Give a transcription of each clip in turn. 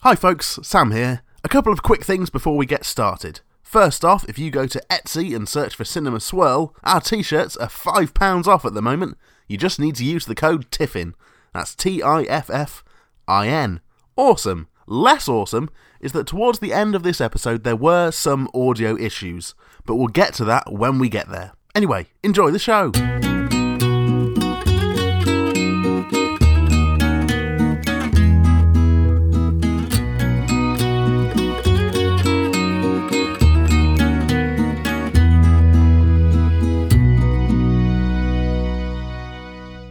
Hi, folks, Sam here. A couple of quick things before we get started. First off, if you go to Etsy and search for Cinema Swirl, our t shirts are £5 off at the moment. You just need to use the code TIFFIN. That's T I F F I N. Awesome! Less awesome is that towards the end of this episode there were some audio issues, but we'll get to that when we get there. Anyway, enjoy the show!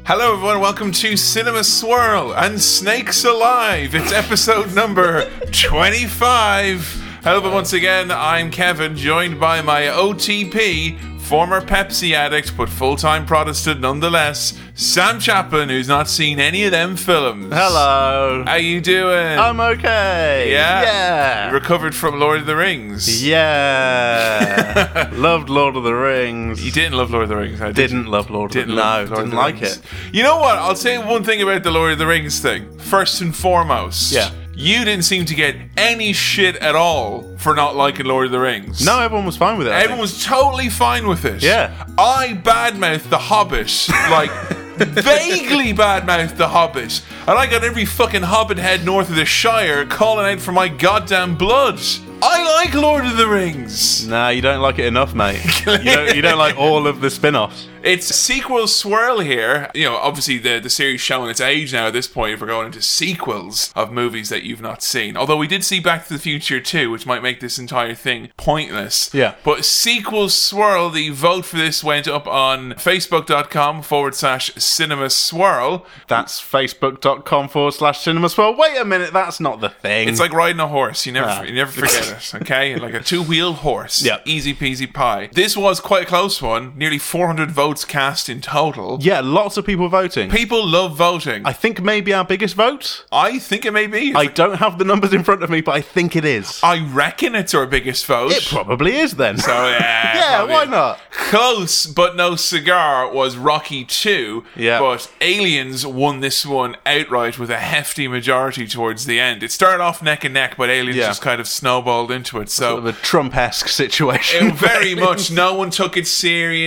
Hello, everyone. Welcome to Cinema Swirl and Snakes Alive. It's episode number 25. Hello, but once again, I'm Kevin, joined by my OTP, former Pepsi addict but full time Protestant nonetheless, Sam Chaplin, who's not seen any of them films. Hello. How you doing? I'm okay. yeah. Yeah. Recovered from Lord of the Rings. Yeah. Loved Lord of the Rings. You didn't love Lord of the Rings, I did. you? Didn't love Lord Didn't of the love Rings. No, Lord of didn't the like Rings. it. You know what? I'll say one thing about the Lord of the Rings thing. First and foremost, Yeah. you didn't seem to get any shit at all for not liking Lord of the Rings. No, everyone was fine with it. I everyone think. was totally fine with it. Yeah. I badmouthed The Hobbit, like vaguely badmouthed The Hobbit, and I got every fucking Hobbit head north of the Shire calling out for my goddamn blood. I like Lord of the Rings. Nah, you don't like it enough, mate. you, don't, you don't like all of the spin-offs. It's sequel swirl here. You know, obviously the the series showing its age now at this point. If we're going into sequels of movies that you've not seen, although we did see Back to the Future too, which might make this entire thing pointless. Yeah. But sequel swirl, the vote for this went up on Facebook.com forward slash Cinema Swirl. That's facebook.com forward slash cinema swirl. Wait a minute, that's not the thing. It's like riding a horse. You never, Ah. you never forget it. Okay, like a two-wheeled horse. Yeah. Easy peasy pie. This was quite a close one. Nearly 400 votes cast in total. Yeah, lots of people voting. People love voting. I think maybe our biggest vote. I think it may be. It's I don't have the numbers in front of me, but I think it is. I reckon it's our biggest vote. It probably is then. so yeah, yeah, probably. why not? Close but no cigar was Rocky Two. Yeah. But Aliens won this one outright with a hefty majority towards the end. It started off neck and neck, but Aliens Yeah. just kind of snowballed into it. So Sort of a Trump-esque situation. it very much no one took it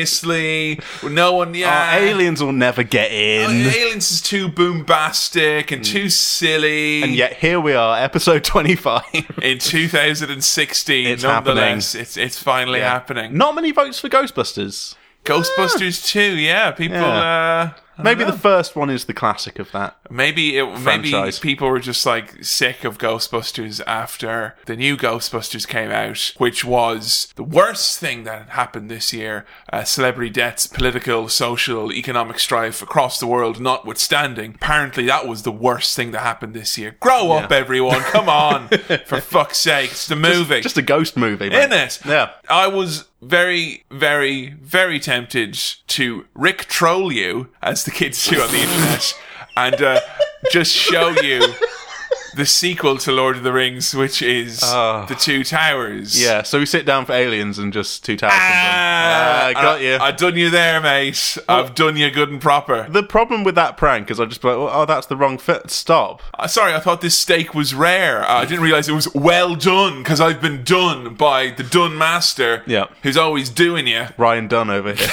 seriously. No one yeah. Our aliens will never get in. Aliens is too bombastic and too silly. Mm. And yet here we are, episode 25. in 2016, It's nonetheless, it's it's finally happening. Not many votes for Ghostbusters. Ah. Ghostbusters 2, yeah. People uh Maybe the first one is the classic of that. maybe it maybe Franchise. people were just like sick of Ghostbusters after the new Ghostbusters came out, which was the worst thing that had happened this year. Uh, celebrity deaths, political, social, economic strife across the world notwithstanding. Apparently that was the worst thing that happened this year. Grow up everyone, come on. For fuck's sake, it's the movie. Just a ghost movie, mate. in it. Yeah. I was very, very, very tempted to Rick troll you, as the kids do on the internet, and uh, just show you the sequel to Lord of the Rings, which is The Two Towers. Ah. Yeah, so we sit down for aliens and just two towers. Ah, Ah, got you. I, have done you there, mate. I've done you good and proper. the problem with that prank is I just be like, oh, that's the wrong fit. Stop. Uh, sorry, I thought this steak was rare. Uh, I didn't realize it was well done because I've been done by the done master, Yeah. who's always doing you. Ryan Dunn over here.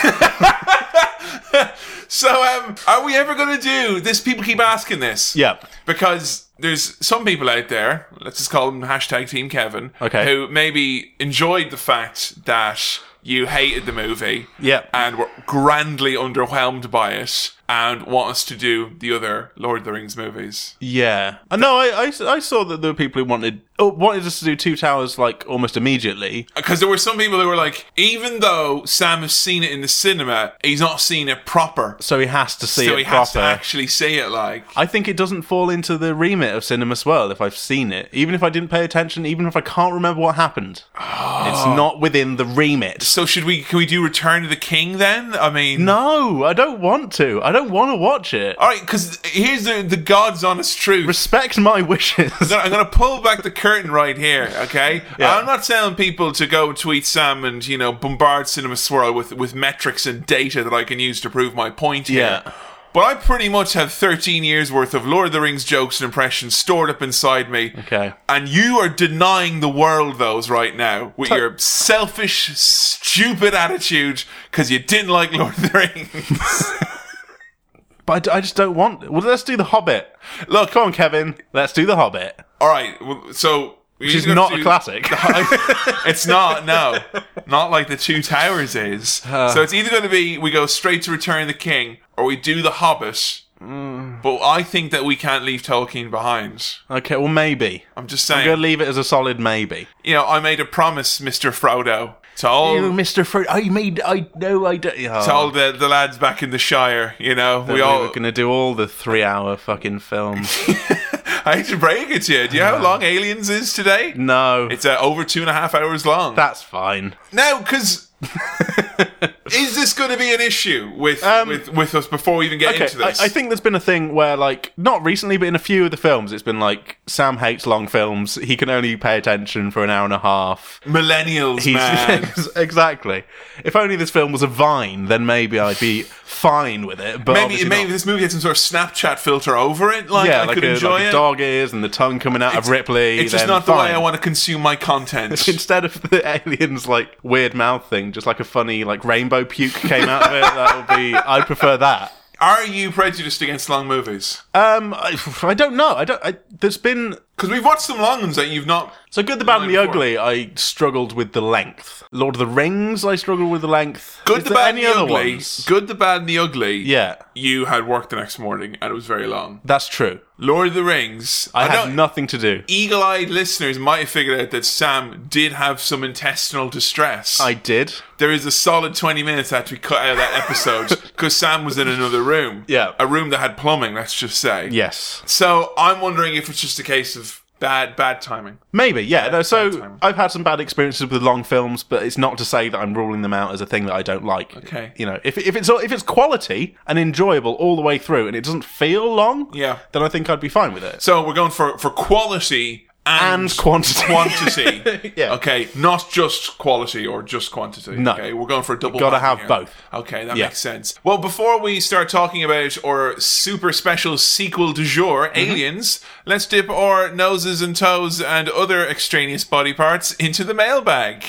So, um, are we ever going to do this? People keep asking this. yeah. Because there's some people out there, let's just call them hashtag Team Kevin, Okay. who maybe enjoyed the fact that you hated the movie Yep. and were grandly underwhelmed by it and want us to do the other Lord of the Rings movies. Yeah. Uh, No, I, I, I saw that there were people who wanted oh, wanted us to do two towers like almost immediately. Because there were some people who were like, even though Sam has seen it in the cinema, he's not seen it proper. So he has to see so it he proper. has to actually see it like. I think it doesn't fall into the remit of cinema swirl if I've seen it. Even if I didn't pay attention, even if I can't remember what happened. It's Oh. not within the remit. So should we? Can we do Return of the King then? I mean, No, I don't want to. I don't want to watch it. All right, because here's the, the God's honest truth. Respect my wishes. So I'm going to pull back the curtain right here, okay? Yeah. I'm not telling people to go tweet Sam and, you know, bombard Cinema Swirl with, with metrics and data that I can use to prove my point here. Yeah. But I pretty much have 13 years worth of Lord of the Rings jokes and impressions stored up inside me. Okay. And you are denying the world those right now with your selfish, stupid attitude because you didn't like Lord of the Rings. But I d- I, just don't want. Well, let's do the Hobbit. Look, come on, Kevin. Let's do the Hobbit. All right, well, so. Which is not a classic. it's not, no. Not like the Two Towers is. so it's either going to be we go straight to Return of the King or we do The Hobbit. Mm. But I think that we can't leave Tolkien behind. okay. Well, maybe. I'm just I'm saying. gonna leave it as a solid maybe. you know, I made a promise, Mr. Frodo, to all, You, Mr. Fruit. I mean, I know I don't. to Oh. all the, the lads back in the Shire, you know. We we all. were gonna do all the three-hour fucking films. I hate to break it to you. Do you Uh-huh. know how long Aliens is today? no, It's uh, over two and a half hours long. that's fine. now, because. is this going to be an issue with, Um, with with us before we even get Okay, into I, this? I think there's been a thing where, like, not recently, but in a few of the films, it's been like Sam hates long films. He can only pay attention for an hour and a half. millennials, man. He's, exactly. If only this film was a vine, then maybe I'd be fine with it. But maybe obviously maybe not. this movie had some sort of Snapchat filter over it. Like yeah, I like, could a, enjoy like a it. dog ears and the tongue coming out of Ripley. it's just then not the way fine. I want to consume my content. Instead of the aliens like weird mouth thing, just like a funny like rainbow puke came out of it. That would be. I prefer that. Are you prejudiced against long movies? Um, I, I don't know. I don't. I, there's been Because we've watched some long ones that you've not. so good, the bad, and the Nine four. ugly. I struggled with the length. Lord of the Rings. I struggled with the length. Good, Is the there bad, any and the other ugly. ones? Good, the bad, and the ugly. Yeah, You had work the next morning, and it was very long. that's true. Lord of the Rings. I, know had nothing to do. Eagle-eyed listeners might have figured out that Sam did have some intestinal distress. I did. there is a solid 20 minutes that we cut out of that episode because Sam was in another room. Yeah. A room that had plumbing, let's just say. Yes. So I'm wondering if it's just a case of bad, bad timing. Maybe, yeah. No, so time. I've had some bad experiences with long films, but it's not to say that I'm ruling them out as a thing that I don't like. Okay. You know, if, if it's if it's quality and enjoyable all the way through and it doesn't feel long, Yeah. then I think I'd be fine with it. So we're going for, for quality and, And quantity. quantity. Yeah. Okay, not just quality or just quantity. No. Okay, we're going for a double. gotta whammy have here. both. Okay, that Yeah. makes sense. Well, before we start talking about our super special sequel du jour, Aliens, let's dip our noses and toes and other extraneous body parts into the mailbag.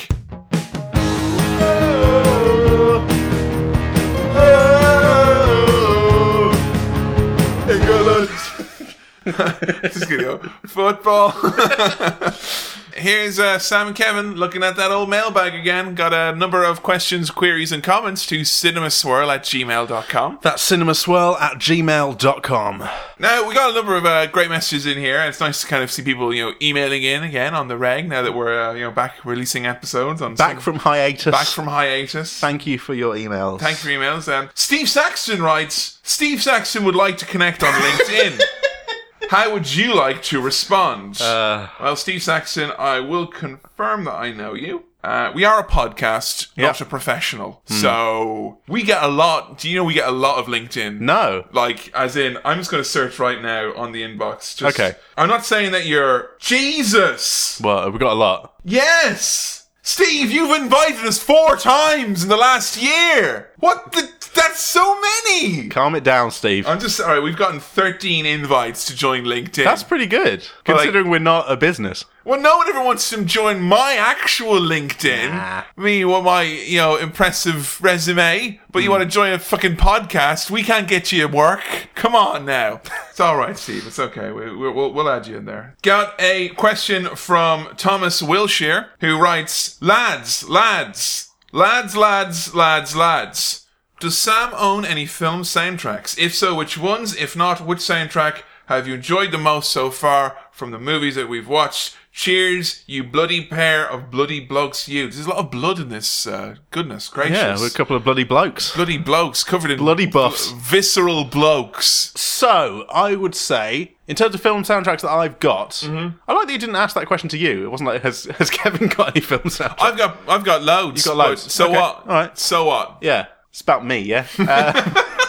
Just gonna go, Football. Here's uh, Sam and Kevin looking at that old mailbag again. Got a number of questions, queries, and comments to cinemaswirl at gmail.com. That's cinemaswirl at gmail.com. Now, we got a number of uh, great messages in here. and It's nice to kind of see people, you know, emailing in again on the reg now that we're, uh, you know, back releasing episodes on Back from hiatus. back from hiatus. Thank you for your emails. Thank you for your emails. Um, Steve Saxton writes Steve Saxton would like to connect on LinkedIn. How would you like to respond? Uh. well, Steve Saxton, I will confirm that I know you. Uh, we are a podcast, not a professional. Hmm. So we get a lot. Do you know we get a lot of LinkedIn? No. Like, as in, I'm just going to search right now on the inbox. Just, Okay. I'm not saying that you're. Jesus! Well, we got a lot. Yes! Steve, you've invited us four times in the last year! What the? That's so many! Calm it down, Steve. I'm just. Alright, we've gotten 13 invites to join LinkedIn. That's pretty good, considering we're not a business. well, no one ever wants to join my actual LinkedIn. Nah. Me, what my, you know, impressive resume, but you want to join a fucking podcast? We can't get you work. Come on now. it's alright, Steve. It's okay. We, we, we'll, we'll add you in there. Got a question from Thomas Wilshire, who writes Lads, lads, lads, lads, lads, lads. Does Sam own any film soundtracks? If so, which ones? If not, which soundtrack have you enjoyed the most so far from the movies that we've watched? Cheers, you bloody pair of bloody blokes, you. There's a lot of blood in this, uh, goodness gracious. Yeah, we're a couple of bloody blokes. bloody blokes covered in Bloody buffs. visceral blokes. So I would say, in terms of film soundtracks that I've got, Mm-hmm. I like that you didn't ask that question to you. It wasn't like has has Kevin got any film soundtracks? I've got, I've got loads. You've got loads. but So Okay. what? All right. So what? yeah, it's about me. Yeah. Uh,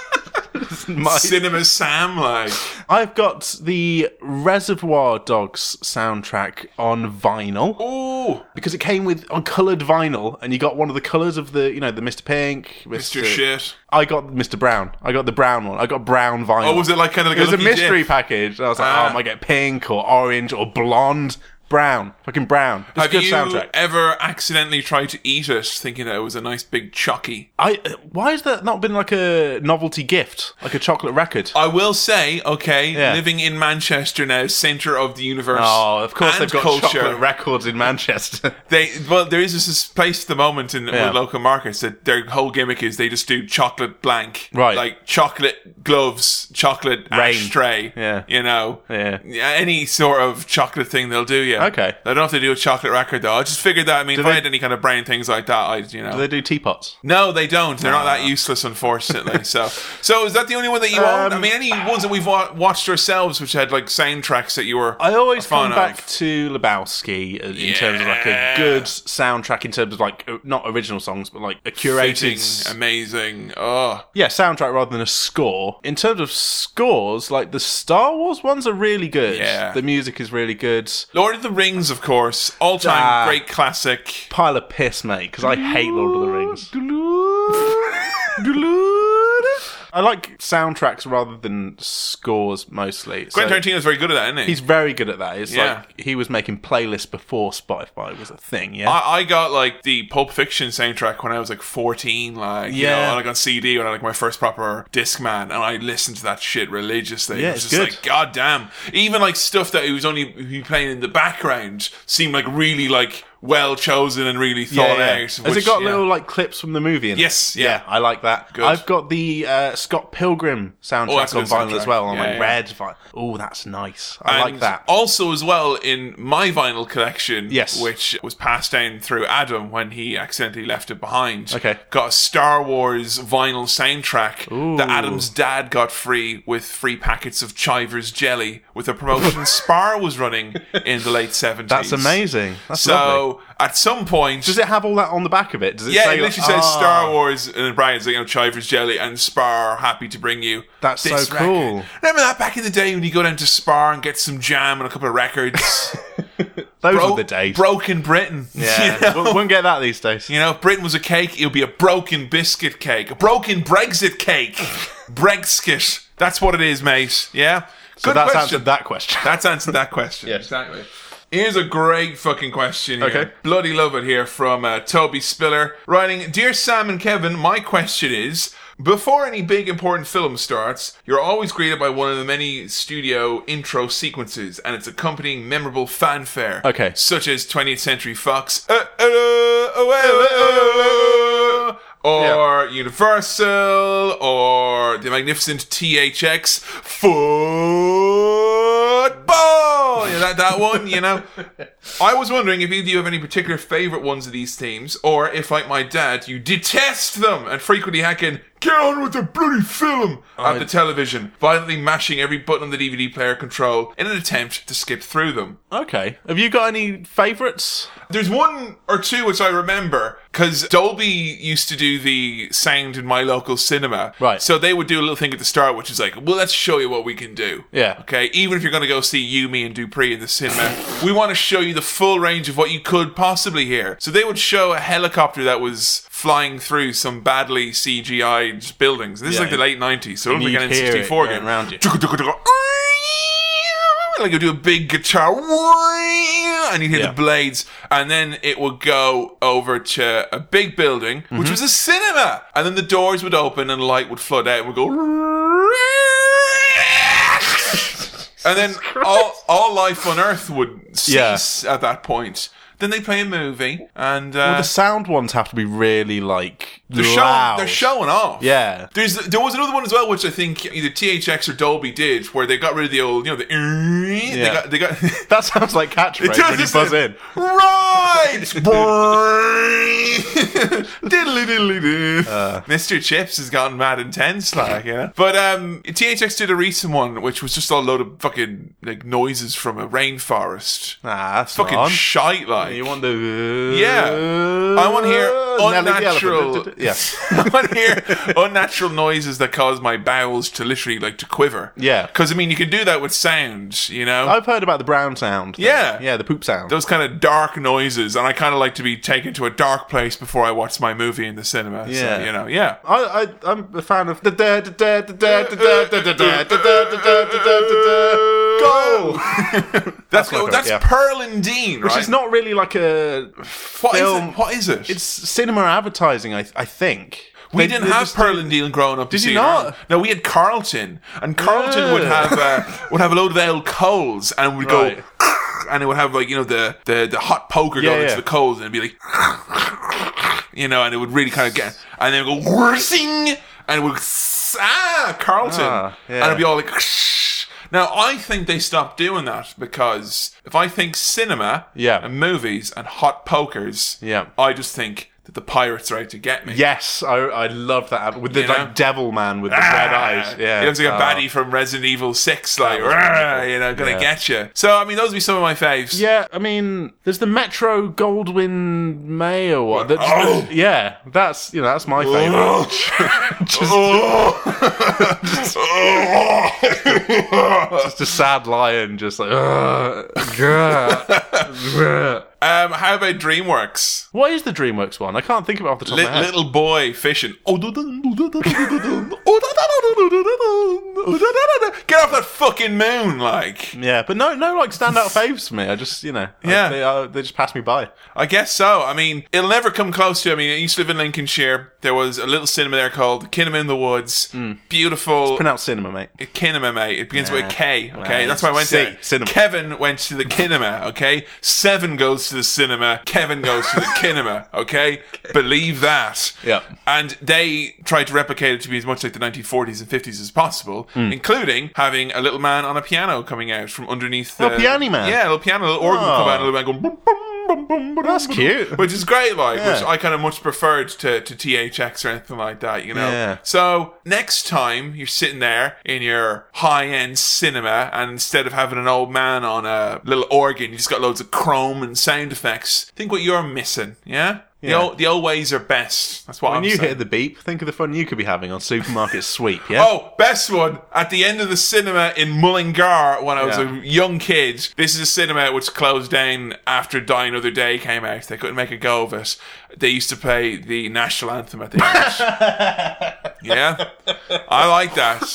My- Cinema Sam, like I've got the Reservoir Dogs soundtrack on vinyl. ooh, because it came with on coloured vinyl, and you got one of the colours of the, you know, the Mr. Pink, Mr. Shit. I got Mr. Brown. I got the brown one. I got brown vinyl. Oh, was it like kind of like It was a Lucky Dip? mystery package. I was like, Ah. oh, I might get pink or orange or blonde, brown, fucking brown. It's a Have good you soundtrack. ever accidentally tried to eat it, thinking that it was a nice big chucky? I uh, why has that not been like a novelty gift, like a chocolate record? I will say, okay, Yeah. living in Manchester now, centre of the universe. Oh, of course and they've got culture. chocolate records in Manchester. They well, there is this place at the moment in Yeah. with local markets that their whole gimmick is they just do chocolate blank, Right. Like chocolate gloves, chocolate Rain. ashtray, Yeah. You know, Yeah. Any sort of chocolate thing they'll do, yeah. Okay. They don't have to do a chocolate record though. I just figured that. I mean, if I they- had any kind of brain things like that, I'd you know. Do they do teapots? No, they don't. They're not that useless, unfortunately. so, so is that the only one that you own? I Um, mean, any ones that we've wa- watched ourselves, which had like soundtracks that you were. I always a fan come back Of. to Lebowski uh, in terms of like a Yeah. good soundtrack, in terms of like uh, not original songs, but like a curated, Fitting, amazing. Oh, yeah, soundtrack rather than a score. In terms of scores, like the Star Wars ones are really good. Yeah. the music is really good. Lord of the Rings, of course, all time Ah. great classic. Pile of piss, mate, because I hate Lord of the Rings. I like soundtracks rather than scores mostly. So Quentin Tarantino's very good at that, isn't he? he's very good at that. It's Yeah. like he was making playlists before Spotify was a thing. Yeah, I, I got like the Pulp Fiction soundtrack when I was like 14, like you Yeah. know, like on CD when I had, like my first proper Discman, and I listened to that shit religiously. Yeah, it was it's just good. like God damn. Even like stuff that it was only he playing in the background seemed like really like well chosen and really thought out. Has which, it got yeah. little like clips from the movie? In it? Yes, yeah. I like that. Good. I've got the uh, Scott Pilgrim Oh, that's soundtrack a on good vinyl soundtrack. as well. On Yeah, like yeah. red vinyl. Oh, that's nice. I like And that. Also, as well, in my vinyl collection, Yes. which was passed down through Adam when he accidentally left it behind, Okay. got a Star Wars vinyl soundtrack that Adam's dad got free with free packets of Chivers jelly with a promotion Spar was running in the late 70s. That's amazing. That's so, lovely. at some point. Does it have all that on the back of it? Does it yeah, say it like, literally says ah, Star Wars and in brackets, like, you know, Chivers Jelly and Spar happy to bring you. That's this so cool. record. Remember that back in the day when you go down to Spar and get some jam and a couple of records? Those Bro- were the days. Broken Britain. yeah, You know? Wou- wouldn't get that these days. You know, if Britain was a cake, it would be a broken biscuit cake. A broken Brexit cake. Brexit. That's what it is, mate. Yeah? so Good that's question. answered that question. That's answered that question. Yes. Exactly. Here's a great fucking question. Here. Okay. Bloody love it here from uh, Toby Spiller. Writing Dear Sam and Kevin, my question is. Before any big important film starts, you're always greeted by one of the many studio intro sequences and its accompanying memorable fanfare. Okay. Such as 20th Century Fox. uh, uh, uh, uh, uh, uh, or Universal, or the magnificent THX football. Yeah, that that one, you know. I was wondering if either of you have any particular favorite ones of these themes, or if, like my dad, you detest them and frequently hacking "Get on with the bloody film" at the television, violently mashing every button on the DVD player control in an attempt to skip through them. Okay. Have you got any favourites? There's one or two which I remember because Dolby used to do the sound in my local cinema. Right. So they would do a little thing at the start, which is like, well, let's show you what we can do. Yeah. Okay. Even if you're going to go see you, me, and Dupree in the cinema, we want to show you the full range of what you could possibly hear. So they would show a helicopter that was flying through some badly CGI'd buildings. This is Yeah. like the late 90s. So it looked you'd like an hear it N64 going game. around you. Like you do a big guitar, and you hear Yeah. the blades, and then it would go over to a big building, Mm-hmm. which was a cinema, and then the doors would open and light would flood out, and would go, and then all, all life on Earth would Yeah. cease at that point. Then they play a movie, and uh, the sound ones have to be really like they're, showing, loud. they're showing off. Yeah. There's there was another one as well, which I think either THX or Dolby did, where they got rid of the old, you know, the they Yeah. got they got That sounds like catchphrase when you buzz in. Right, diddly diddly doo. Uh. Mr. Chips has gotten mad intense, like yeah. But um, THX did a recent one, which was just a load of fucking like noises from a rainforest. Nah, that's Fucking not on. shite, like like. You want the Yeah. I want to hear Uh, Nelly the unnatural. elephant. Yeah, I want to hear unnatural noises that cause my bowels to literally like to quiver. Yeah. because I mean you can do that with sound. You know I've heard about the brown sound. thing. Yeah. yeah, the poop sound. those kind of dark noises, and I kind of like to be taken to a dark place before I watch my movie in the cinema. Yeah. so, you know, yeah. I, I I'm a fan of the da da da da da da da da da da da da da da goal, That's my oh, favorite, that's yeah. Pearl and Dean, which right? is not really like a What is film. it? What is it? It's cinema advertising, I I think. we They- didn't they have just- Pearl and Dean growing up. Did you not? No, we had Carlton, and Carlton would Yeah. have uh, would have a load of old coals, and would Right. go, and it would have like you know the the, the hot poker Yeah, going yeah. into the coals, and it'd be like, you know, and it would really kind of get, and then it would go whirsing, and it would ah Carlton, Ah, yeah. and it'd be all like. Now I think they stopped doing that because if I think cinema Yeah. and movies and hot pokers, Yeah. I just think that the pirates are out to get me. Yes, I I love that ad- with the You know? Ah, like devil man with the red eyes. Yeah, He looks like a Oh. baddie from Resident Evil 6, like, was "Rah," you know, gonna Yeah. get you. So, I mean, those would be some of my faves. Yeah, I mean, there's the Metro Goldwyn Mayer one. That's, Oh! Yeah, that's you know that's my favorite. Oh. Just- It's just a sad lion, just like. "Ugh, grr, grr." um, how about DreamWorks? What is the DreamWorks one? I can't think of it off the top of Li- my head. little boy fishing. Oh, do- do- do- do- do- do- do- do- do. Oh, Get off that fucking moon! Like, Yeah, but no, no, like standout faves for me. I just, you know, I- Yeah. they, uh, they just pass me by. I guess so. I mean, it'll never come close to. I mean, I used to live in Lincolnshire. There was a little cinema there called Kinema in the Woods. Mm. Beautiful. Pronounce cinema, mate. Kinema, mate. It begins with a Nah. K. Okay, Nah, that's why I went C, there. cinema. Kevin went to the kinema. Okay, seven goes to the cinema. Kevin goes to the kinema. Okay, believe that. Yeah. And they tried to replicate it to be as much like the 1940s and 50s as possible, Hmm. including having a little man on a piano coming out from underneath. The, Little piano man. Yeah, a little piano, a little organ Oh. come out, a little man going. Boom, boom, boom, boom, boom, That's boom, cute. Which is great, like which Yeah. I kind of much preferred to to THX or anything like that. You know. Yeah. So next time you're sitting there in your high end cinema, and instead of having an old man on a little organ, you just got loads of chrome and sound effects. Think what you're missing, yeah? The Yeah. old the old ways are best. That's what When I'm you saying. hear the beep, think of the fun you could be having on Supermarket Sweep, yeah? Oh, best one at the end of the cinema in Mullingar when I was Yeah. a young kid. This is a cinema which closed down after Die Another Day came out. They couldn't make a go of it. They used to play the national anthem at the end. yeah, I like that.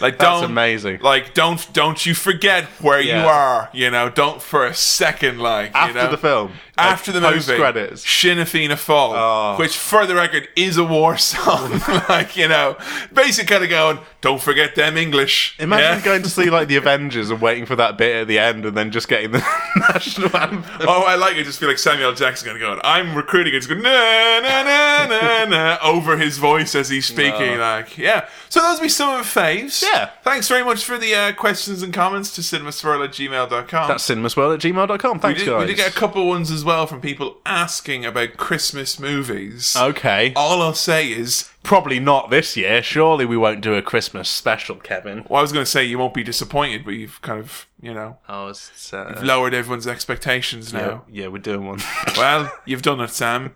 Like That's don't amazing. like don't don't you forget where Yeah. you are. You know, don't for a second like After you know? the film. after the movie, Post-credits. Sinn Féin Fall, Oh. which for the record is a war song. like, you know, basically kind of going, don't forget them English. Imagine Yeah? going to see, like, the Avengers and waiting for that bit at the end and then just getting the national anthem. Oh, I like it. Just feel like Samuel L. Jackson going to go. I'm recruiting. It's going na na na na na over his voice as he's speaking. Like, yeah. So those would be some of the faves. Yeah. Thanks very much for the uh, questions and comments to cinemaswirl at gmail.com. That's cinemaswirl at gmail.com. we Thanks, did, guys. we did get a couple ones as well from people asking about Christmas movies. okay. All I'll say is Probably not this year. Surely we won't do a Christmas special, Kevin. Well, I was going to say you won't be disappointed, but you've kind of, you know, Oh, it's. lowered everyone's expectations now. yeah, we're doing one. Well, you've done it, Sam.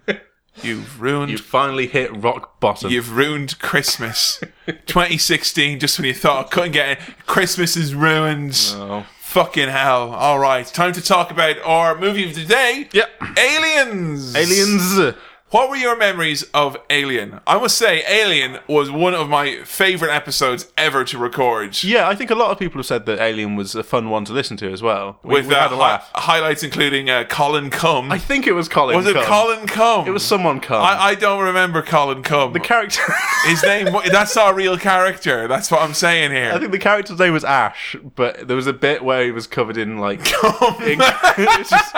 You've ruined. you You've- finally hit rock bottom. ruined Christmas. 2016, just when you thought I couldn't get it. Christmas is ruined. No. Fucking hell. All right, time to talk about our movie of the day. Yep. Aliens. Aliens. What were your memories of Alien? I must say, Alien was one of my favorite episodes ever to record. Yeah, I think a lot of people have said that Alien was a fun one to listen to as well. We, With we uh, had a laugh. hi- highlights including uh, Colin Cum. I think it was Colin. Was it Cullen. Colin Cum? It was someone Cullen. I, I don't remember Colin Cum. the character. His name. That's not a real character. That's what I'm saying I here. think the character's name was Ash, but there was a bit where he was covered in like in- it's just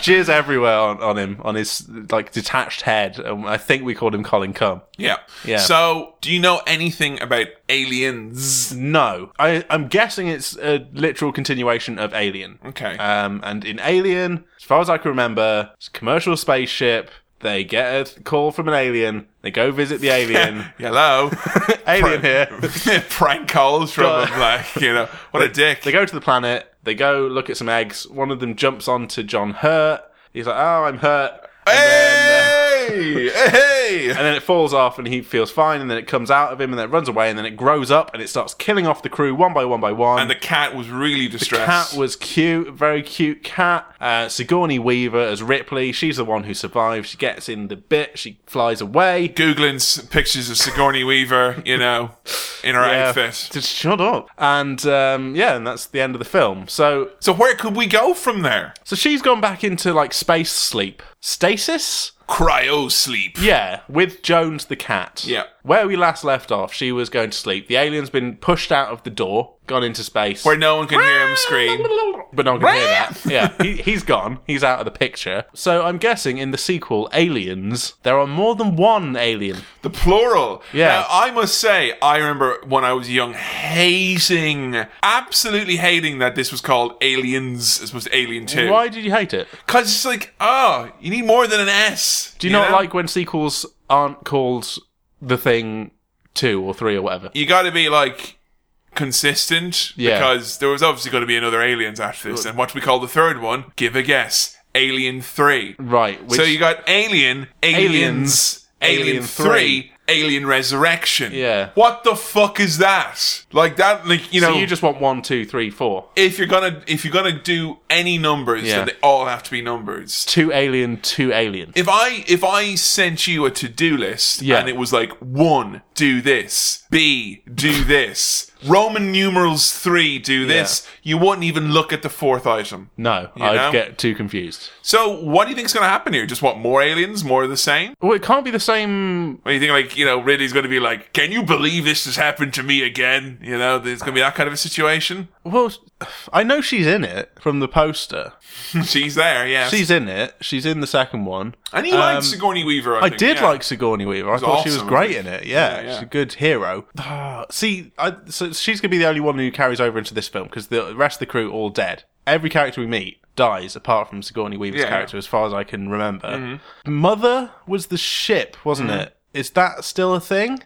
jizz everywhere on, on him, on his like detached head. Um, I think we called him Colin Cum. Yeah. Yeah. So, do you know anything about aliens? No, I, I'm guessing it's a literal continuation of Alien. Okay. Um, and in Alien, as far as I can remember, it's a commercial spaceship. They get a call from an alien. They go visit the alien. Hello, alien here. prank calls from God. him, like you know, what a dick. They go to the planet. They go look at some eggs. One of them jumps onto John Hurt. He's like, "Oh, I'm hurt." And then, uh, hey, hey, and then it falls off, and he feels fine. And then it comes out of him, and then it runs away, and then it grows up, and it starts killing off the crew one by one by one. and the cat was really distressed. cat was cute, very cute cat. Uh, Sigourney Weaver as Ripley. She's the one who survives. She gets in the bit. She flies away. googling s- pictures of Sigourney Weaver, you know, in her Yeah. outfit. Uh, Just shut up. And um, yeah, and that's the end of the film. So, So where could we go from there? so she's gone back into like space sleep, stasis. Cryo sleep. Yeah, with Jones the cat. Yeah. Where we last left off, she was going to sleep. The alien's been pushed out of the door, gone into space. Where no one can hear Ah, him scream. But no one can hear that. Yeah, he, he's gone. He's out of the picture. So I'm guessing in the sequel, Aliens, there are more than one alien. The plural. Yeah. Now, I must say, I remember when I was young hating, absolutely hating that this was called Aliens as opposed to Alien 2. Why did you hate it? Because it's like, oh, you need more than an S. Do you, not like when sequels aren't called The Thing 2 or 3 or whatever? You gotta be like consistent. Yeah. Because there was obviously gonna be another Aliens after this. And what do we call the third one? Give a guess. Alien 3. Right. Which, So you got Alien, Aliens, Aliens, Alien, Alien 3, Alien Resurrection. Yeah. What the fuck is that? Like that like you know so you just want one, two, three, four. if you're gonna if you're gonna do any numbers, Yeah. then they all have to be numbers. Two alien, two alien. If I if I sent you a to do list Yeah. and it was like one, do this, B, do this, Roman numerals three, do this, you wouldn't even look at the fourth item. no, You I'd know? get too confused. So what do you think's gonna happen here? Just what more aliens, more of the same? Well, it can't be the same What do you think? Like, you know, Ridley's going to be like, "Can you believe this has happened to me again?" You know, there's going to be that kind of a situation. Well, I know she's in it from the poster. She's there, yeah. She's in it. She's in the second one. and he liked Um, Sigourney Weaver. I, I think, did yeah. like Sigourney Weaver. I thought she was awesome, great in wasn't it. Yeah, Yeah, yeah. she's a good hero. Ah, See, I, so she's gonna be the only one who carries over into this film because the rest of the crew all dead. Every character we meet dies apart from Sigourney Weaver's Yeah. Mm-hmm. character, as far as I can remember. Mother was the ship, wasn't it? Is that still a thing?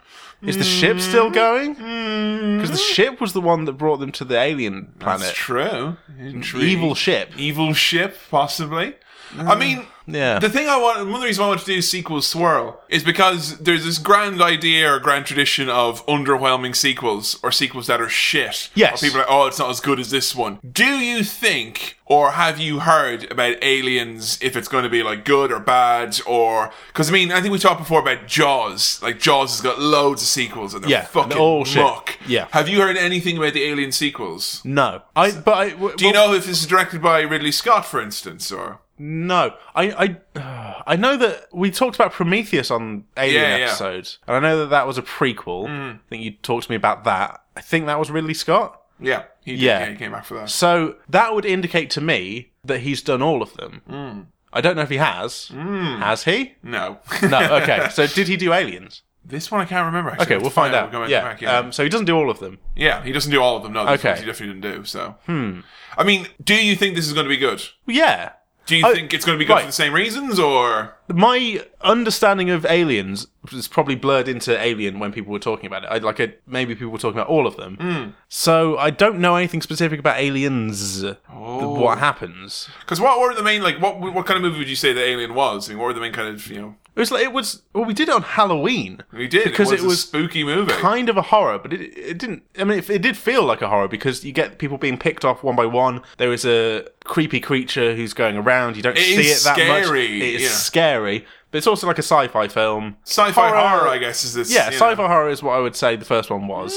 Is the ship still Mm-hmm. going? Because the ship was the one that brought them to the alien That's planet. true. Intriguing. Evil ship. evil ship, possibly. I mean, Yeah. The thing I want, one of the reasons why I want to do sequels swirl is because there's this grand idea or grand tradition of underwhelming sequels or sequels that are shit. Yes. Or people are like, oh, it's not as good as this one. Do you think or have you heard about Aliens if it's going to be like good or bad or because I mean I think we talked before about Jaws. Like Jaws has got loads of sequels and they're Yeah, and fucking they're all shit. muck. Yeah. Have you heard anything about the Alien sequels? No, I. But I, w- Do you know if this is directed by Ridley Scott, for instance, or No, I, I, I know that we talked about Prometheus on Alien Yeah, Mm. yeah. episode, and I know that that was a prequel. I think you talked to me about that. I think that was Ridley Scott. yeah, he did, Yeah. yeah, he came back for that. So that would indicate to me that he's done all of them. Mm. I don't know if he has. Has he? No. No. Okay. so did he do Aliens? this one I can't remember. Actually. Okay, We'll we'll find out. We'll go yeah. back, yeah. Um, so he doesn't do all of them. yeah, he doesn't do all of them. No, okay. Okay. he definitely didn't do. So, hmm. I mean, do you think this is going to be good? Yeah. Do you Oh, think it's going to be good right. for the same reasons, or My understanding of aliens was probably blurred into Alien when people were talking about it. I like it. Maybe people were talking about all of them. Hmm. So I don't know anything specific about aliens. th- Oh. What happens? because what were the main like what what kind of movie would you say the Alien was? I mean, what were the main kind of you know It was like it was. Well, we did it on Halloween. we did Because it was, it was a spooky movie. Kind of a horror, but it, it didn't. I mean, it, it did feel like a horror because you get people being picked off one by one. There is a creepy creature who's going around. You don't see is it that much. scary, It is yeah. scary, but it's also like a sci-fi film. sci-fi horror, horror- I guess, is this? Yeah, you know. Hmm. sci-fi horror is what I would say the first one was.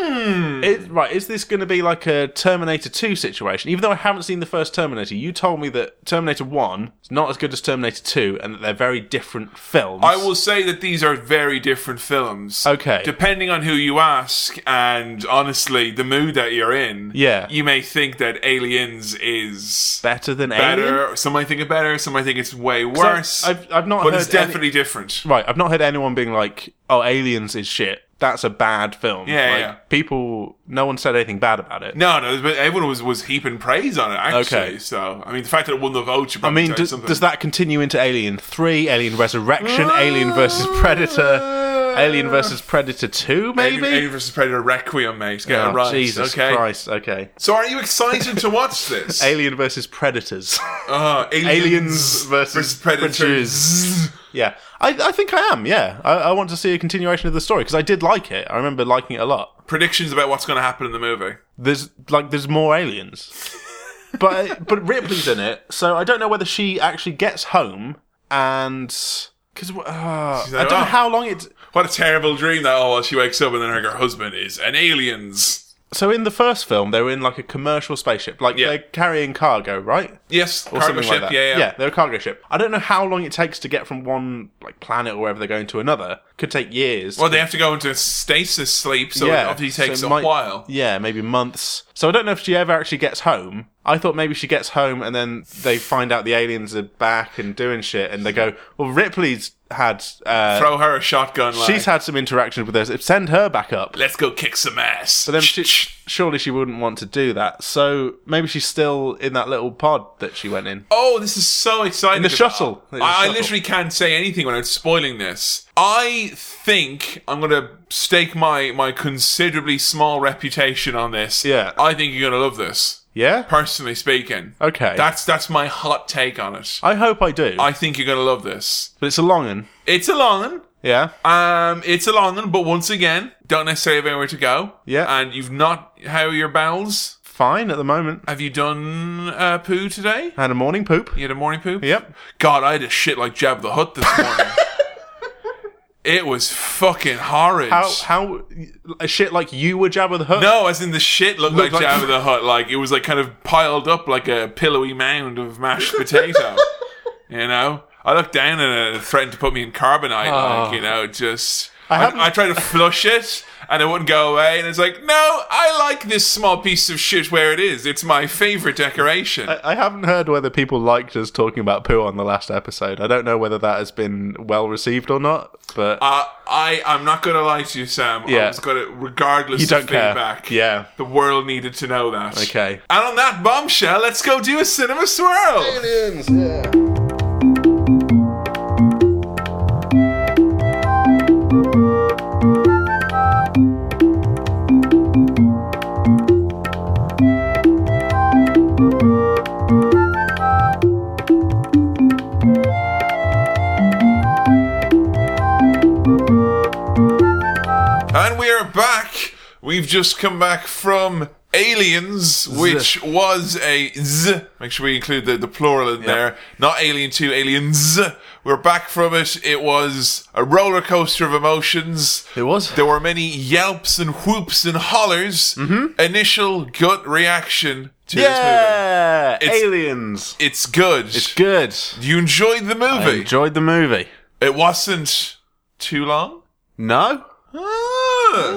It, right, is this going to be like a Terminator 2 situation? Even though I haven't seen the first Terminator, you told me that Terminator 1 is not as good as Terminator 2 and that they're very different films. I will say that these are very different films. Okay. Depending on who you ask, and honestly, the mood that you're in, Yeah. you may think that Aliens is Better than better. Alien? Some might think it better. Some might think it's way So worse. I've, I've not but heard it's any- definitely different. right, I've not heard anyone being like, oh, Aliens is shit. that's a bad film. Yeah, like, yeah. People, no one said anything bad about it. No, no, but everyone was, was heaping praise on it, actually. Okay. So, I mean, the fact that it won the vote, should I probably mean, tell you does, something. does that continue into Alien Three, Alien Resurrection, Alien versus Predator, Alien versus Predator Two, Alien- maybe? Alien versus Predator Requiem, mate. Get Oh, it right. Jesus okay. Christ! Okay, So, are you excited to watch this? Alien versus Predators. Uh, aliens, Aliens versus predators. yeah, I, I think I am. Yeah, I, I want to see a continuation of the story because I did like it. I remember liking it a lot. Predictions about what's going to happen in the movie. there's like there's more aliens but uh, but ripley's in it so i don't know whether she actually gets home and because uh, i don't "Oh." know how long it What a terrible dream that all. She wakes up and then her husband is an aliens. so in the first film they were in like a commercial spaceship like Yeah. they're carrying cargo right Yes, or cargo something ship. like that. yeah, yeah, they're a cargo ship. I don't know how long it takes to get from one like planet or wherever they're going to another. Could take years. Well, they have to go into stasis sleep, so it obviously takes so a might- while. Yeah, maybe months. So I don't know if she ever actually gets home. I thought maybe she gets home and then they find out the aliens are back and doing shit, and they go, "Well, Ripley's had, uh, Throw her a shotgun. Like, she's had some interaction with us. Send her back up." Let's go kick some ass. But then she, surely she wouldn't want to do that. So maybe she's still in that little pod that she went in. Oh, this is so exciting. the shuttle. I, It's a I shuttle. literally can't say anything without spoiling this. I think I'm going to stake my, my considerably small reputation on this. Yeah. I think you're going to love this, Yeah. personally speaking. Okay. That's, that's my hot take on it. I hope I do. I think you're going to love this. but it's a long one. It's a long one. Yeah. Um, it's a long one, but once again, don't necessarily have anywhere to go. Yeah. And you've not, how are your bowels? Fine at the moment. Have you done uh, poo today? Had a morning poop. You had a morning poop? Yep. God, I had a shit like Jab the Hutt this morning. it was fucking horrid. How how a shit like you were Jabba the Hutt? no, as in the shit looked, Looked like, like- Jab the Hutt. Like it was like kind of piled up like a pillowy mound of mashed potato. you know, I looked down and it threatened to put me in carbonite. Like you know, just Ah. I I, haven't- I, tried to flush it. And it wouldn't go away, and it's like, no, I like this small piece of shit where it is. It's my favorite decoration. I haven't heard whether people liked us talking about poo on the last episode. I don't know whether that has been well received or not, but Uh, I I'm not gonna lie to you, Sam. I Yeah. was gonna, regardless you don't of care. feedback. Yeah. the world needed to know that. Okay. And on that bombshell, let's go do a cinema swirl. And we are back. We've just come back from Aliens, which was a z. Make sure we include the, the plural in there. Not Alien 2, Aliens. We're back from it. It was a roller coaster of emotions. It was. There were many yelps and whoops and hollers. Mm-hmm. Initial gut reaction to this movie. yeah, It's- aliens. It's good. Good. you enjoyed the I movie. enjoyed the movie. it wasn't too long. No, Because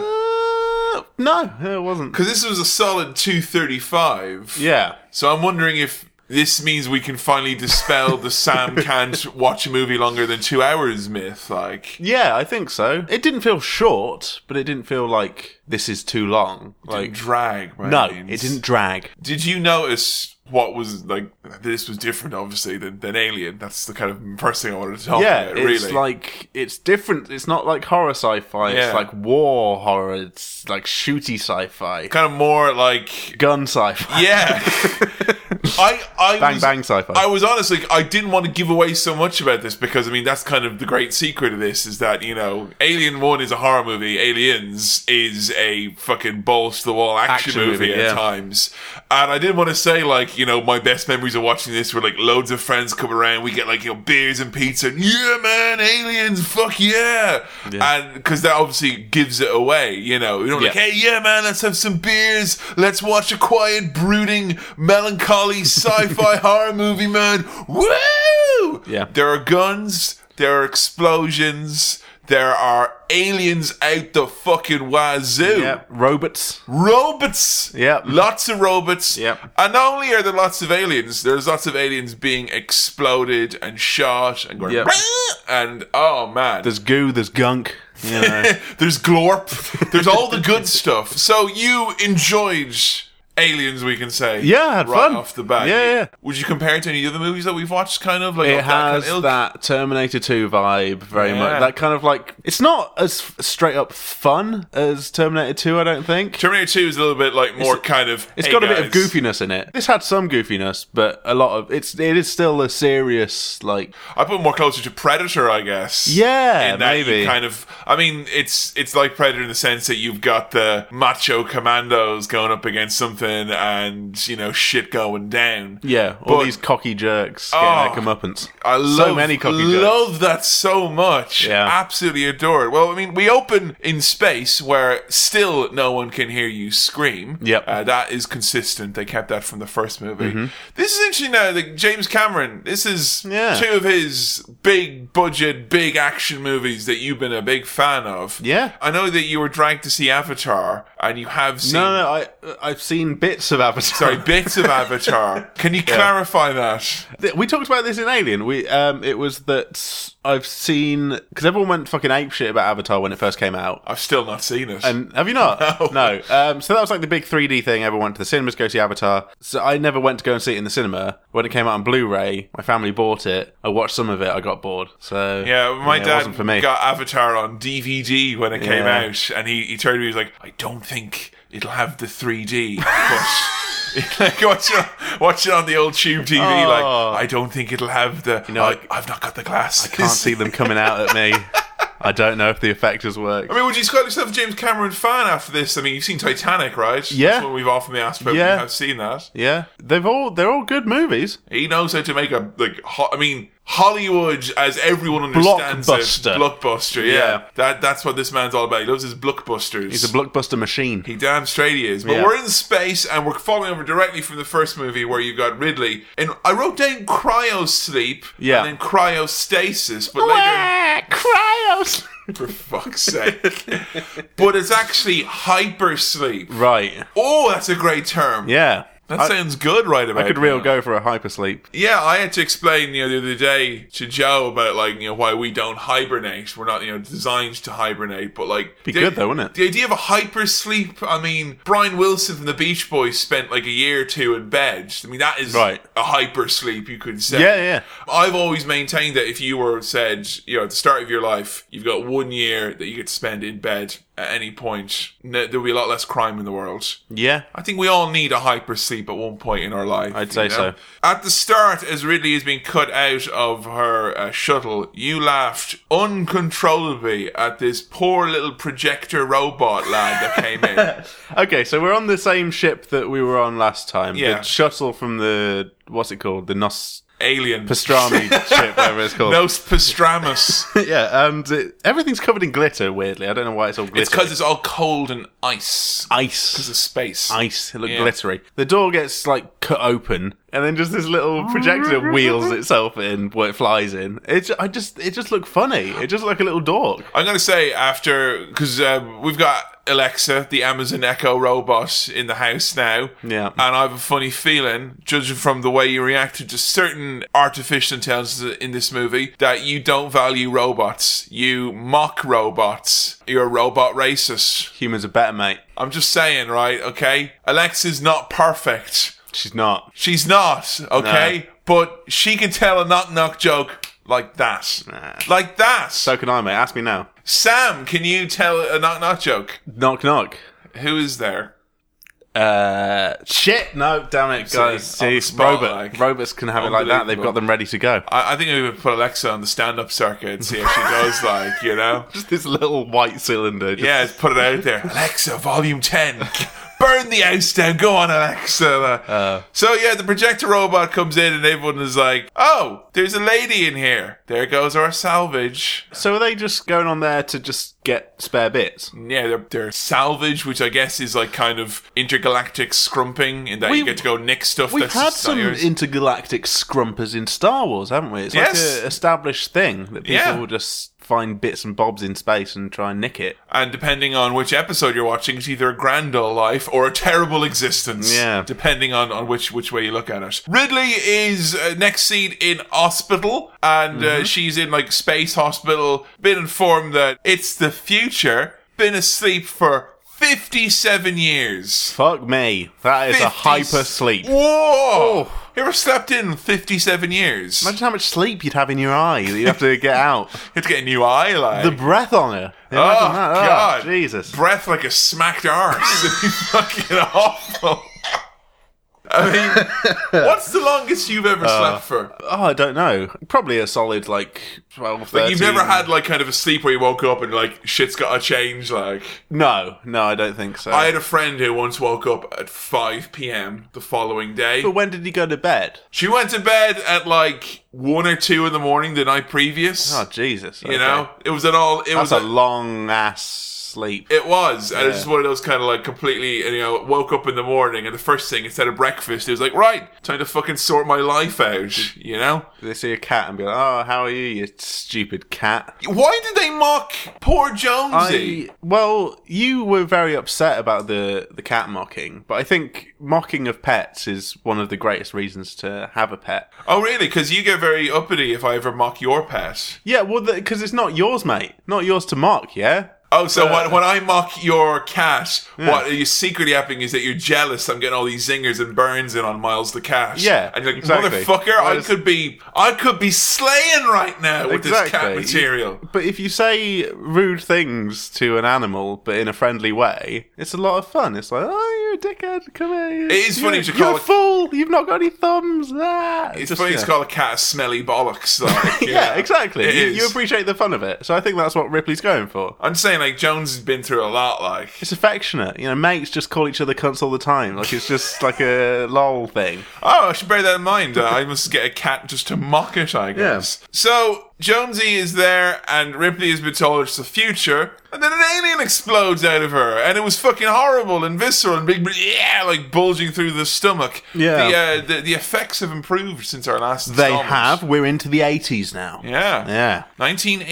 Uh, no, it wasn't. this was a solid 235. Yeah, So I'm wondering if this means we can finally dispel the Sam can't watch a movie longer than two hours myth. Like, yeah, I think so. It didn't feel short, but it didn't feel like this is too long. like Like drag. by no, any means. it didn't drag. Did you notice what was like? This was different, obviously, than, than Alien. That's the kind of first thing I wanted to talk yeah, about. it's Oh, really, like it's different. It's not like horror sci-fi. Yeah. It's like war horror. It's like shooty sci-fi, kind of more like gun sci-fi, Yeah. I, I bang was, bang sci-fi. I was honestly, I didn't want to give away so much about this because I mean that's kind of the great secret of this is that you know Alien One is a horror movie, Aliens is a fucking balls to the wall action, Action movie, movie, at yeah. times, and I didn't want to say like you know my best memories of watching this were like loads of friends come around, we get like you know beers and pizza, and, yeah man, Aliens, fuck yeah, and because that obviously gives it away, you know, you know like Yeah. hey yeah man, let's have some beers, let's watch a quiet, brooding, melancholy sci-fi horror movie, man, woo! Yeah. There are guns, there are explosions, there are aliens out the fucking wazoo. yeah, robots. Robots. Yep. Lots of robots. Yep. And not only are there lots of aliens, there's lots of aliens being exploded and shot and going Yep. "Rah!" and oh man. There's goo. There's gunk. You know. There's Glorp. There's all the good stuff. So you enjoyed Aliens, we can say. Yeah, I had right fun. off the bat. Yeah, yeah. Would you compare it to any other movies that we've watched? Kind of like it of that kind has of ilk? that Terminator 2 vibe very Yeah. much. That kind of like it's not as f- straight up fun as Terminator 2, I don't think. Terminator Two is a little bit like more kind of. It's "Hey, got a bit of guys." goofiness in it. This had some goofiness, but a lot of it's it is still a serious like I put more closer to Predator, I guess. Yeah, in that you maybe. kind of. I mean, it's it's like Predator in the sense that you've got the macho commandos going up against something, and you know shit going down. yeah, all But- these cocky jerks getting Oh, their comeuppance. I love so many cocky jerks. love that so much. Yeah. Absolutely adore it. Well, I mean, we open in space where still no one can hear you scream. Yep. Mm-hmm. Uh, that is consistent. They kept that from the first movie. This is interesting now that James Cameron, this is Yeah. two of his big budget, big action movies that you've been a big fan of. Yeah. I know that you were dragged to see Avatar and you have seen No, no, I I've seen bits of Avatar. sorry, bits of Avatar. Can you clarify that? Th- we talked about this in Alien. We um, it was that I've seen because everyone went fucking ape shit about Avatar when it first came out. I've still not seen it. And have you not? No. Um, so that was like the big 3D thing. Everyone went to the cinemas to go see Avatar. So I never went to go and see it in the cinema. When it came out on Blu-ray, my family bought it. I watched some of it. I got bored. So Yeah, my it dad wasn't for me. got Avatar on DVD when it came Yeah. out, and he, he turned to me he was like, "I don't think it'll have the 3D." But like watch it, on, watch it on the old tube TV. Like Oh. I don't think it'll have the. You know, know, I, like, I've not got the glass. I Can't see them coming out at me. I don't know if the effectors work. I mean, would you call yourself a James Cameron fan after this? I mean, you've seen Titanic, right? Yeah. That's what we've often been asked about. Yeah. I've seen that. yeah, they've all they're all good movies. He knows how to make a like. Ho- I mean, Hollywood, as everyone understands Blockbuster. it, blockbuster. Yeah. Yeah. that that's what this man's all about. He loves his blockbusters. It's a blockbuster machine. He damn straight he is. But Yeah. we're in space and we're following over directly from the first movie where you got Ridley. And I wrote down cryo sleep Yeah. and then cryostasis, but later Cryos. for fuck's sake. but it's actually hypersleep. right. Oh, that's a great term. Yeah. That I, sounds good right about I could now. real go for a hypersleep. Yeah, I had to explain you know, the other day to Joe about like you know why we don't hibernate. We're not you know designed to hibernate, but like Be the- good though, wouldn't it? The idea of a hypersleep. I mean, Brian Wilson from the Beach Boys spent like a year or two in bed. I mean, that is Right. a hypersleep you could say. Yeah, yeah. I've always maintained that if you were said you know at the start of your life, you've got one year that you could spend in bed at any point. no- There'll be a lot less crime in the world. Yeah. I think we all need a hypersleep at one point in our life. I'd say so. At the start, as Ridley is being cut out of her uh, shuttle, you laughed uncontrollably at this poor little projector robot lad that came in. Okay, so we're on the same ship that we were on last time. Yeah. The shuttle from the what's it called? The Nos Alien. Pastrami ship, whatever it's called. Nos Pastramus. yeah, and it, everything's covered in glitter. Weirdly, I don't know why it's all glitter. it's because it's all cold and ice. Because ice. of space. Ice. It looked Yeah. glittery. The door gets like cut open, and then just this little projector wheels itself in where it flies in. It ju- I just it just looked funny. It just looked like a little dork. I'm gonna say after because um, we've got Alexa, the Amazon Echo robot, in the house now. Yeah. and I have a funny feeling, judging from the way you reacted to certain artificial intelligence in this movie, that you don't value robots. You mock robots. You're a robot racist. Humans are better, mate. I'm just saying, right? Okay, Alexa's not perfect. She's not. She's not, okay? But she can tell a knock knock joke like that. Nah. Like that. So can I, mate. Ask me now. Sam, can you tell a knock knock joke? Knock knock. Who is there? Uh, shit! No, damn it, guys. it's on the See, spot, Robert, like. robots can have it like that. They've Unbelievable. got them ready to go. I, I think we would put Alexa on the stand up circuit and see how she goes, like, you know? Just this little white cylinder. Just, Yeah, put it out there. Alexa, volume 10. Burn the house down. Go on, Alexa. Uh. so, yeah, the projector robot comes in and everyone is like, oh, there's a lady in here. There goes our salvage. So are they just going on there to just get spare bits? Yeah, they're, they're salvage, which I guess is like kind of intergalactic scrumping in that We- you get to go nick stuff We've that's had not some yours. intergalactic scrumpers in Star Wars, haven't we? It's Yes. like an established thing that people Yeah. will just find bits and bobs in space and try and nick it. And depending on which episode you're watching, it's either a grand old life or a terrible existence. Yeah. Depending on, on which, which way you look at it. Ridley is uh, next seen in hospital, and Mm-hmm. uh, she's in like space hospital, been informed that it's the future, been asleep for 57 years. Fuck me, that is 50 a hyper sleep. Whoa! You ever slept in 57 years? Oh. Imagine how much sleep you'd have in your eye that you have to get out. You had to get a new eye, like. The breath on her. Imagine Oh, that. Ah, God. Jesus. breath like a smacked arse. It'd be fucking awful. I mean, what's the longest you've ever slept for? Oh, I don't know. Probably a solid like 12, 13. Like you've never had like kind of a sleep where you woke up and like shit's gotta change. Like No, no, I don't think so. I had a friend who once woke up at 5 p.m. the following day. But when did he go to bed? She went to bed at like one or two in the morning the night previous. Oh, Jesus. you know, it was at all. It was That's a- a long ass sleep. It was, and it's just one of those kind of like completely, you know, woke up in the morning and the first thing instead of breakfast, it was like, right, time to fucking sort my life out, you know? They see a cat and be like, oh, how are you, you stupid cat? Why did they mock poor Jonesy? I, well, you were very upset about the, the cat mocking, but I think mocking of pets is one of the greatest reasons to have a pet. Oh, really? Because you get very uppity if I ever mock your pet. Yeah, well, because it's not yours, mate. Not yours to mock, yeah? Oh, so when, when I mock your cat, what are you secretly happening is that you're jealous I'm getting all these zingers and burns in on Miles the cat. Yeah, And you're like, exactly. motherfucker, That I is- could be, I could be slaying right now with this cat Exactly. material. But if you say rude things to an animal, but in a friendly way, it's a lot of fun. It's like, oh, you're a dickhead. Come here. It is funny to you're, call You're a it- fool. You've not got any thumbs. Ah. It's Just, funny yeah. to call a cat a smelly bollocks. Like, you know. Yeah, exactly. It You, is. you appreciate the fun of it. So I think that's what Ripley's going for. I'm saying like Jones has been through a lot. Like It's affectionate. You know, mates just call each other cunts all the time. Like, it's just like a lol thing. Oh, I should bear that in mind. Uh, I must get a cat just to mock it, I guess. So Jonesy is there, and Ripley has been told it's the future, and then an alien explodes out of her, and it was fucking horrible and visceral and big, yeah, like bulging through the stomach. Yeah. The, uh, the, the effects have improved since our last. They installment. have. We're into the 80s now. Yeah. Yeah.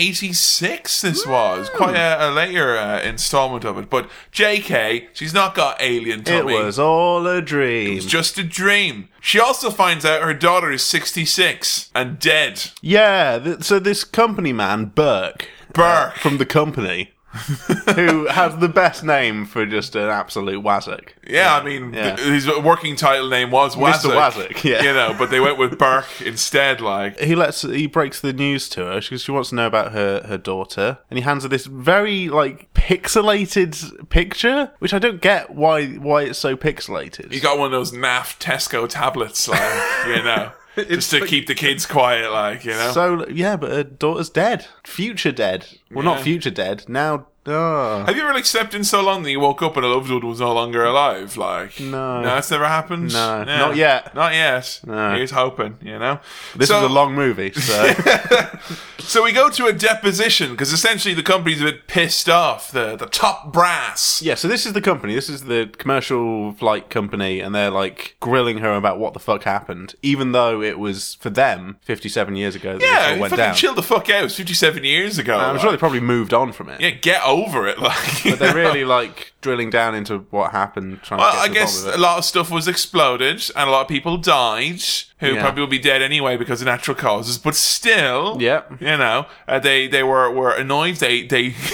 1986 this was quite a, a later uh, installment of it but jk she's not got alien It tummy was all a dream. it's just a dream. She also finds out her daughter is 66 and dead. Yeah, th- so this company man, Burke, uh, Burke. from the company, who has the best name for just an absolute wazzock. Yeah, I mean, yeah. th- his working title name was Wazzik. Mr. Wazzik, yeah. You know, but they went with Burke instead, like. He lets he breaks the news to her because she wants to know about her her daughter, and he hands her this very like pixelated picture, which I don't get why why it's so pixelated. He got one of those naff Tesco tablets, like, you know, just to keep the kids quiet, like, you know. so yeah, but her daughter's dead, future dead. Well, Yeah. Ah. not future dead. Now, oh. Have you ever like slept in so long that you woke up and a loved one was no longer alive? Like, No. no, that's never happened. No, not yet. not yet. No. Here's hoping, you know. this So- is a long movie. So So we go to a deposition because essentially the company's a bit pissed off the the top brass. Yeah, so this is the company. This is the commercial flight company, and they're like grilling her about what the fuck happened, even though it was for them 57 years ago that this all Yeah, went fucking down. chill the fuck out. It was Fifty-seven years ago. I'm like. sure they probably moved on from it. yeah, get over it. Like, you But they're know? really like drilling down into what happened. Trying Well, I to get to guess the bottom a of it. lot of stuff was exploded and a lot of people died who Yeah. probably will be dead anyway because of natural causes. But still, Yep. you know, uh, they they were were annoyed. They they.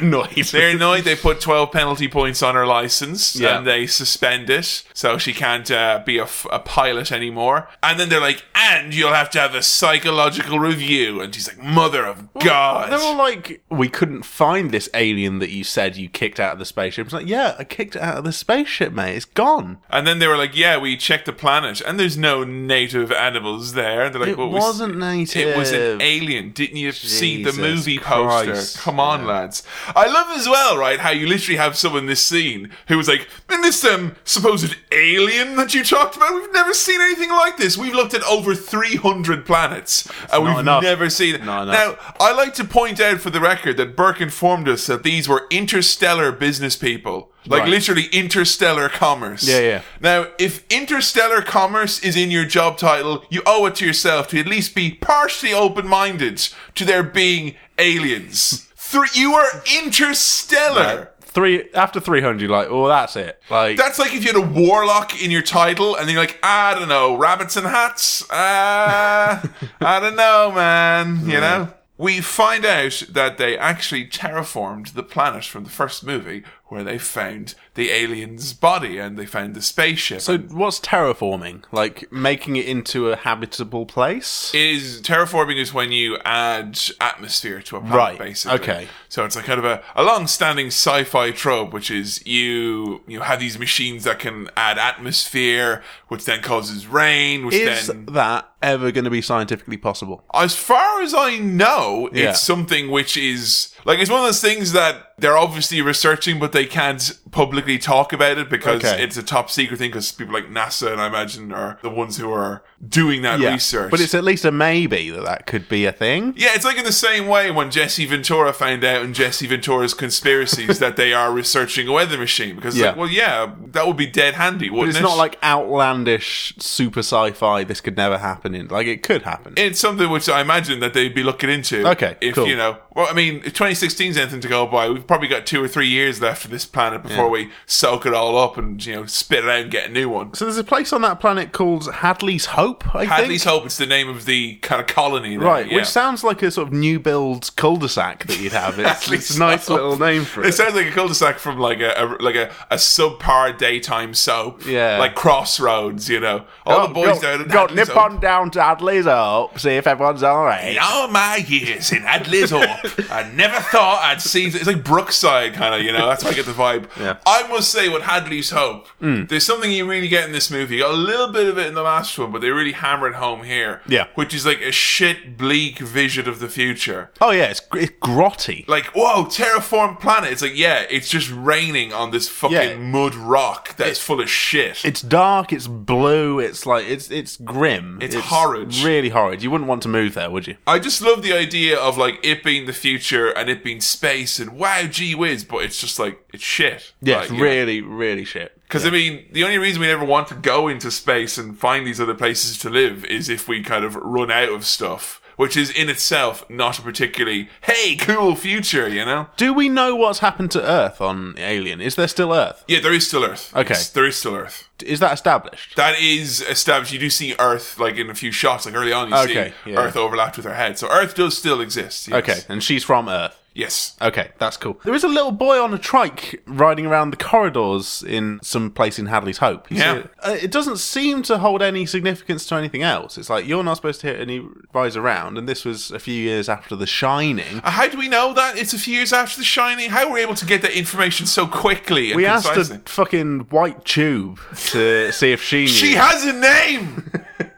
annoyed. They're annoyed. They put twelve penalty points on her license, Yeah. and they suspend it, so she can't uh, be a, f- a pilot anymore. And then they're like, "And you'll have to have a psychological review." And she's like, "Mother of God!" They're all like, we couldn't find this alien that you said you kicked out of the spaceship. It's like, yeah, I kicked it out of the spaceship, mate. It's gone. and then they were like, "Yeah, we checked the planet, and there's no native animals there." And they're like, It "Well, we s- wasn't native. It was an alien. Didn't you see the Jesus movie poster? Christ. Come on, lads. I love as well, right, how you literally have someone in this scene who was like, in this um, supposed alien that you talked about, we've never seen anything like this. We've looked at over 300 planets and we've enough. never seen. Not enough. now, I like to point out for the record that Burke informed us that these were interstellar business people. Like Right. literally interstellar commerce. Yeah, yeah. Now, if interstellar commerce is in your job title, you owe it to yourself to at least be partially open minded to there being Aliens. Three, you are interstellar. Three after three hundred, you're like, oh, that's it. Like That's like if you had a warlock in your title and then you're like, I don't know, rabbits and hats? Uh, I don't know, man. You know? We find out that they actually terraformed the planet from the first movie where they found the alien's body and they found the spaceship. so. What's terraforming? Like making it into a habitable place? is terraforming is when you add atmosphere to a planet, Right, basically. okay. So it's like kind of a, a long-standing sci-fi trope, which is you you have these machines that can add atmosphere, which then causes rain, which Is then that ever going to be scientifically possible? as far as I know, Yeah. it's something which is like it's one of those things that they're obviously researching, but they can't publicly talk about it because Okay. it's a top secret thing. Because people like NASA and I imagine are the ones who are doing that research. But it's at least a maybe that that could be a thing. Yeah, it's like in the same way when Jesse Ventura found out in Jesse Ventura's conspiracies that they are researching a weather machine because it's Yeah. like, well, yeah, that would be dead handy, wouldn't But it's it? not like outlandish super sci-fi. This could never happen. In like it could happen. it's something which I imagine that they'd be looking into. Okay, if cool. you know, well, I mean, if 2016's anything to go by, we've probably got two or three years left of this planet before we soak it all up and you know spit it out and get a new one. so there's a place on that planet called Hadley's Hope. I Hadley's think. Hope is the name of the kind of colony, there, Right, yeah. which sounds like a sort of new build cul-de-sac that you'd have. It's, Hadley's it's a nice Hope. little name for it. It sounds like a cul-de-sac from like a, a like a, a subpar daytime soap. Yeah. Like crossroads, you know. All the boys down in go Hadley's nip Hope. on down to Hadley's Hope, see if everyone's all right. In all my years in Adler's Hope, I never thought I'd see. It's like Brookside, kind of, you know. That's why I get the vibe. Yeah. Mm. I must say, with Hadley's Hope, there's something you really get in this movie. You got a little bit of it in the last one, but they really hammer it home here. Yeah. Which is like a shit bleak vision of the future. Oh yeah, it's, gr- it's grotty. like whoa terraform planet it's like yeah it's just raining on this fucking Yeah. mud rock that's full of shit It's dark. It's blue. It's like it's it's grim. It's horrid. Really horrid. You wouldn't want to move there, would you? i just love the idea of like it being the future and it being space and wow gee whiz but it's just like it's shit Yeah, it's really, really shit. because i mean the only reason we never want to go into space and find these other places to live is if we kind of run out of stuff which is in itself not a particularly hey cool future you know Do we know what's happened to Earth on Alien? Is there still Earth? yeah there is still earth Okay. It's- there is still earth Is that established? That is established. You do see Earth like in a few shots, like early on. You Okay, see yeah. Earth overlapped with her head, so Earth does still exist. Yes. Okay, and she's from Earth. Yes. Okay, that's cool. There is a little boy on a trike riding around the corridors in some place in Hadley's Hope. You see Yeah. it? Uh, it doesn't seem to hold any significance to anything else. It's like you're not supposed to hear any rise around, and this was a few years after The Shining. Uh, How do we know that it's a few years after The Shining? How were we able to get that information so quickly and We asked concisely? a fucking white tube to see if she knew. she has a name.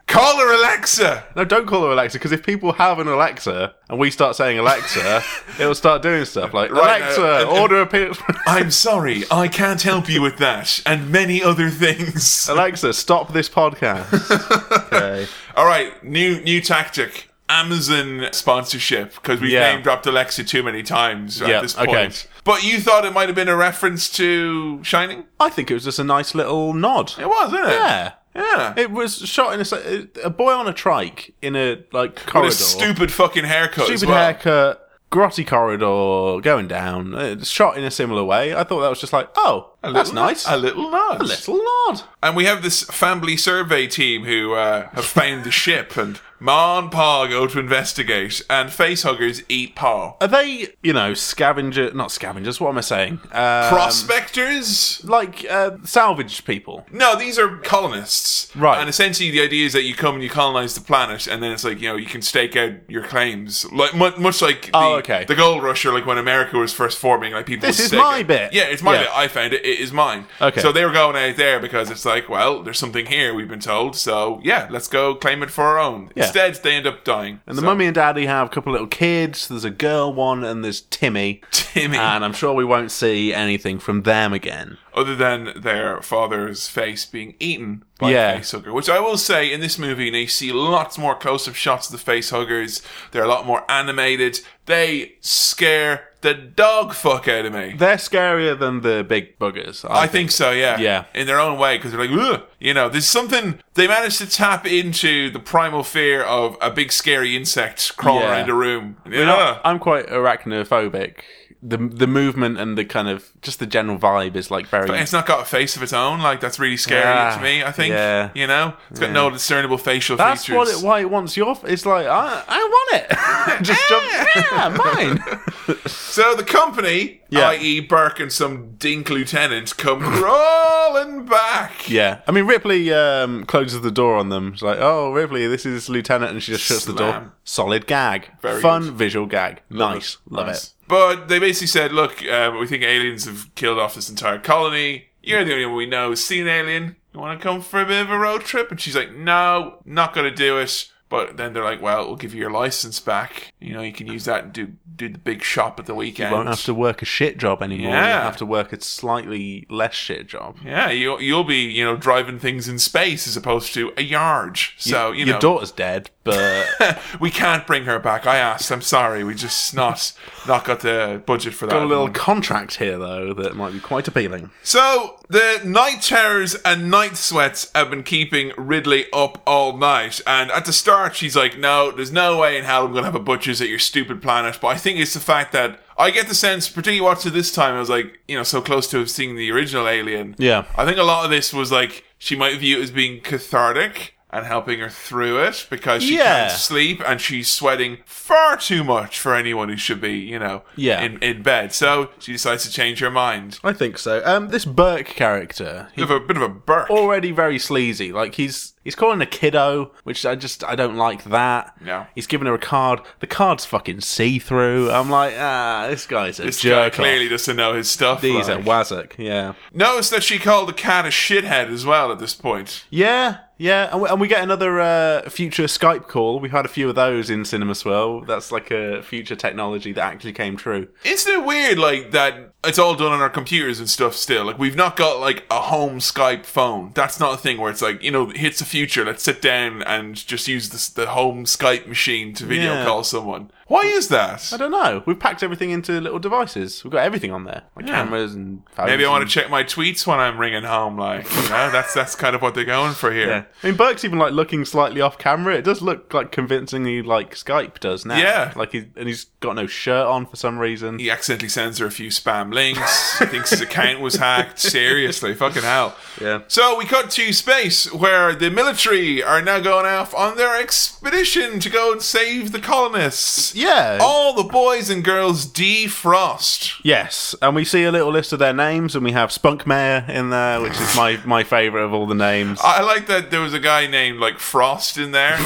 Call her Alexa. No, don't call her Alexa because if people have an Alexa and we start saying Alexa, it'll start doing stuff like Right, Alexa, uh, and- and- order a pizza. I'm sorry, I can't help you with that and many other things. Alexa, stop this podcast. okay. All right, new new tactic. Amazon sponsorship because we've Yeah. name dropped Alexa too many times Yeah, at this point. okay. But you thought it might have been a reference to Shining? I think it was just a nice little nod. It was, isn't it? Yeah. Yeah. It was shot in a s- a, boy on a trike in a like What corridor, a stupid fucking haircut. as Stupid well. haircut, grotty corridor going down. uh, shot in a similar way. I thought that was just like, oh, that's little- nice. A little nudge. a little nod. And we have this family survey team who uh, have found the ship, and Ma and Pa go to investigate, and facehuggers eat Pa. Are they, you know, scavenger? Not scavengers. What am I saying? Uh, Prospectors? like uh, salvage people. No, these are colonists. Right. And essentially, the idea is that you come and you colonize the planet, and then it's like, you know, you can stake out your claims. like mu- Much like the, Oh, okay. the gold rush, or like when America was first forming, like people. This would is stake my out- bit. Yeah, it's my Yeah. bit. I found it. It is mine. Okay. So they were going out there because it's like, well, there's something here, we've been told. So, yeah, let's go claim it for our own. Yeah. Instead, they end up dying. And the mummy and daddy have a couple little kids. There's a girl one, and there's Timmy. Timmy. Ah, And I'm sure we won't see anything from them again. other than their father's face being eaten by Yeah. a facehugger. Which I will say, in this movie, they see lots more close-up shots of the facehuggers. They're a lot more animated. They scare the dog fuck out of me. They're scarier than the big buggers. I think so, yeah. Yeah. In their own way, because they're like, Ugh! you know, there's something, they managed to tap into the primal fear of a big scary insect crawling Yeah. around a room. Yeah. I- I'm quite arachnophobic. The the movement and the kind of just the general vibe is like very. And it's not got a face of its own. Like, that's really scary Yeah. to me, I think. Yeah. You know? It's got no discernible facial That's features. what it, why it wants your. f- It's like I I want it. just jump. Eh. Yeah, mine. so the company, Yeah. i.e., Burke and some dink lieutenant, come crawling back. Yeah, I mean Ripley um, closes the door on them. She's like, "Oh, Ripley, this is Lieutenant," and she just shuts the door. Slam. Solid gag, Very fun good. visual gag. nice, love it. But they basically said, look, uh, we think aliens have killed off this entire colony. You're the only one we know who's seen an alien. You want to come for a bit of a road trip? And she's like, no, not going to do it. But then they're like, well, we'll give you your license back. You know, you can use that and do do the big shop at the weekend. Won't have to work a shit job anymore. Yeah. You'll have to work a slightly less shit job. yeah, you, you'll be, you know, driving things in space as opposed to a yard. So, you, Your know, daughter's dead, but we can't bring her back. I asked. I'm sorry. We just not not got the budget for that. got a little contract here though that might be quite appealing. So the night terrors and night sweats have been keeping Ridley up all night, and at the start she's like, "No, there's no way in hell I'm gonna have a butchers at your stupid planet." But I think it's the fact that I get the sense, particularly watching this time, I was like, you know, so close to seeing the original Alien. Yeah. I think a lot of this was like she might view it as being cathartic and helping her through it because she Yeah. can't sleep and she's sweating far too much for anyone who should be, you know, Yeah. in in bed. So she decides to change her mind. I think so. Um, this Burke character, Bit of a bit of a burk. already very sleazy. Like he's he's calling a kiddo, which I just I don't like that. No. He's giving her a card. The card's fucking see through. I'm like, ah, this guy's a This guy jerk. off. clearly doesn't know his stuff. He's like. a wazzock. Yeah. Notice that she called the cat a shithead as well at this point. Yeah. Yeah, and we, and we get another uh, future Skype call. We've had a few of those in Cinema Swirl. That's like a future technology that actually came true. Isn't it weird, like, that it's all done on our computers and stuff still? Like, we've not got, like, a home Skype phone. That's not a thing where it's like, you know, hits the future, let's sit down and just use this, the home Skype machine to video Yeah. call someone. Why is that? I don't know. We've packed everything into little devices. We've got everything on there, like Yeah. cameras and Maybe I phones want to check my tweets when I'm ringing home, like, you know, that's, that's kind of what they're going for here. Yeah. I mean, Burke's even like looking slightly off camera. It does look like convincingly like Skype does now. Yeah. Like he and he's got no shirt on for some reason. He accidentally sends her a few spam links. thinks his account was hacked. Seriously, fucking hell. Yeah. So we cut to space where the military are now going off on their expedition to go and save the colonists. Yeah. All the boys and girls defrost. Yes, and we see a little list of their names, and we have Spunkmeyer in there, which is my my favorite of all the names. I like that there was a guy named like Frost in there.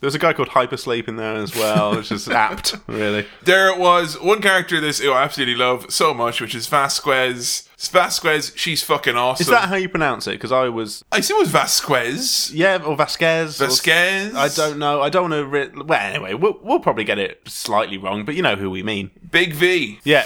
There's a guy called Hypersleep in there as well, which is apt, really. there was one character this who I absolutely love so much, which is Vasquez. Vasquez, she's fucking awesome. Is that how you pronounce it? Because I was I assume it was Vasquez. yeah, or Vasquez. or- Vasquez. I don't know. I don't want to. Re- well, anyway, we'll we'll probably get it slightly wrong, but you know who we mean. Big V. Yeah.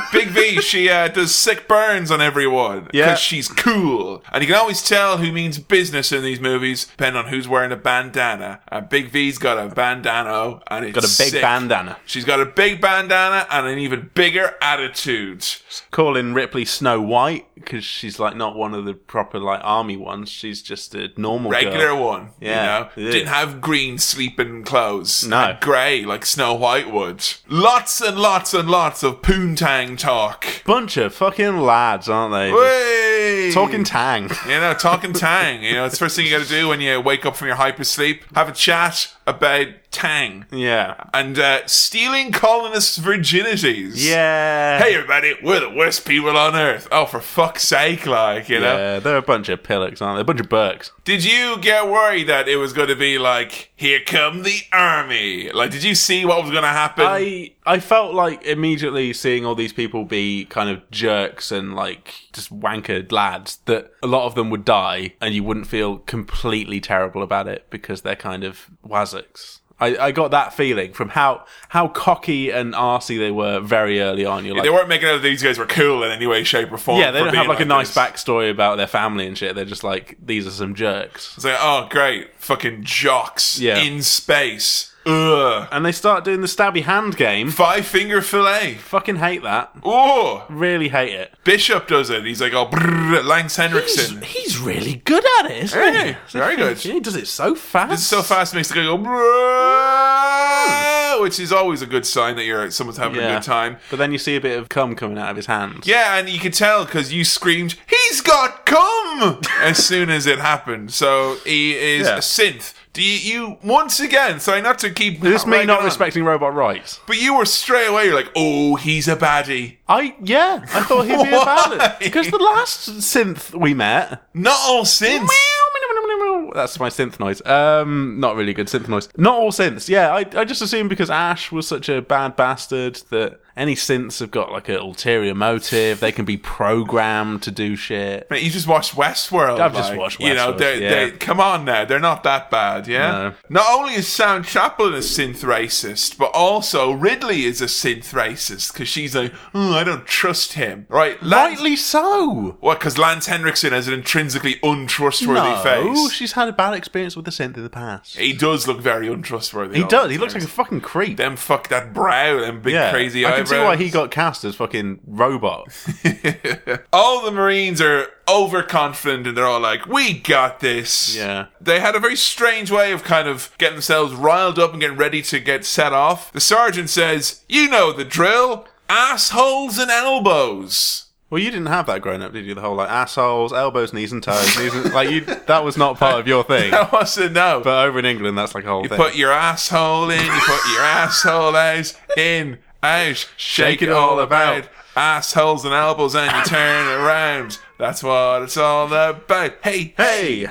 Big V, she uh, does sick burns on everyone because Yeah. she's cool, and you can always tell who means business in these movies, depending on who's wearing a bandana. And Big V's got a bandana, and it's Got a big sick. bandana. She's got a big bandana and an even bigger attitude. calling Ripley Snow White because she's like not one of the proper like army ones. She's just a normal Regular Girl. one, Yeah. you Yeah. know, didn't have green sleeping clothes, No. and grey like Snow White would. Lots and lots and lots of poontang talk. Bunch of fucking lads, aren't they? Just Hey! Talking tang. You know, talking tang. You know, it's the first thing you got to do when you wake up from your hypersleep. Have a chat about tang yeah. and uh, stealing colonists' virginities. Yeah. Hey, everybody, we're the worst people on earth. Oh, for fuck's sake, like, you know. Yeah, they're a bunch of pillocks, aren't they? A bunch of Burks. Did you get worried that it was going to be like, here come the army? Like, did you see what was going to happen? I I felt like immediately seeing all these people be kind of jerks and like just wankered lads that a lot of them would die and you wouldn't feel completely terrible about it because they're kind of wazzocks. I, I got that feeling from how how cocky and arsy they were very early on. You're like, they weren't making out that these guys were cool in any way, shape, or form. yeah, they for don't being have like, a nice this. backstory about their family and shit. They're just like, these are some jerks. It's like, oh, great, fucking jocks Yeah. in space. Ugh, And they start doing the stabby hand game. five finger fillet. Fucking hate that. Oh, Really hate it. Bishop does it. He's like, oh, brrr, Lance Henriksen. he's really good at it, isn't Hey, very good. He does it so fast. It's so fast, makes the guy go, brrr, which is always a good sign that you're someone's having a Yeah. good time. But then you see a bit of cum coming out of his hand. Yeah, and you could tell because you screamed, "He's got cum!" as soon as it happened. So he is Yeah. a synth. Do you, you once again? Sorry, not to keep This me ragging not on, respecting robot rights. but you were straight away. You're like, "Oh, he's a baddie." I yeah, I thought he'd be Why? about it because the last synth we met. Not all synths. That's my synth noise. Um, not really good synth noise. Not all synths. Yeah, I, I just assumed because Ash was such a bad bastard that any synths have got like an ulterior motive. They can be programmed to do shit. Mate, you just watched Westworld. I've just like, watched You know, Westworld, they yeah. they come on now. They're not that bad. Yeah. No. Not only is Sam Chaplin a synth racist, but also Ridley is a synth racist because she's like, "Mm, I don't trust him. Right. Lance- Rightly so. What? Because Lance Henriksen has an intrinsically untrustworthy No, face. she's had a bad experience with the synth in the past. he does look very untrustworthy. He all does. the He looks time. like a fucking creep. them. Fuck that brow. Them big crazy I can eyebrows. see why he got cast as fucking robot. all the Marines are overconfident and they're all like, "We got this." Yeah. They had a very strange way of kind of getting themselves riled up and getting ready to get set off. The sergeant says, "You know the drill: assholes and elbows." well, you didn't have that growing up, did you? The whole like assholes, elbows, knees, and toes. Knees and, like you, that was not part of your thing. That wasn't no. But over in England, that's like a whole You thing. put your asshole in, you put your asshole out, in, out, shake it all about. Assholes and elbows, and you turn around. That's what it's all about. Hey, hey,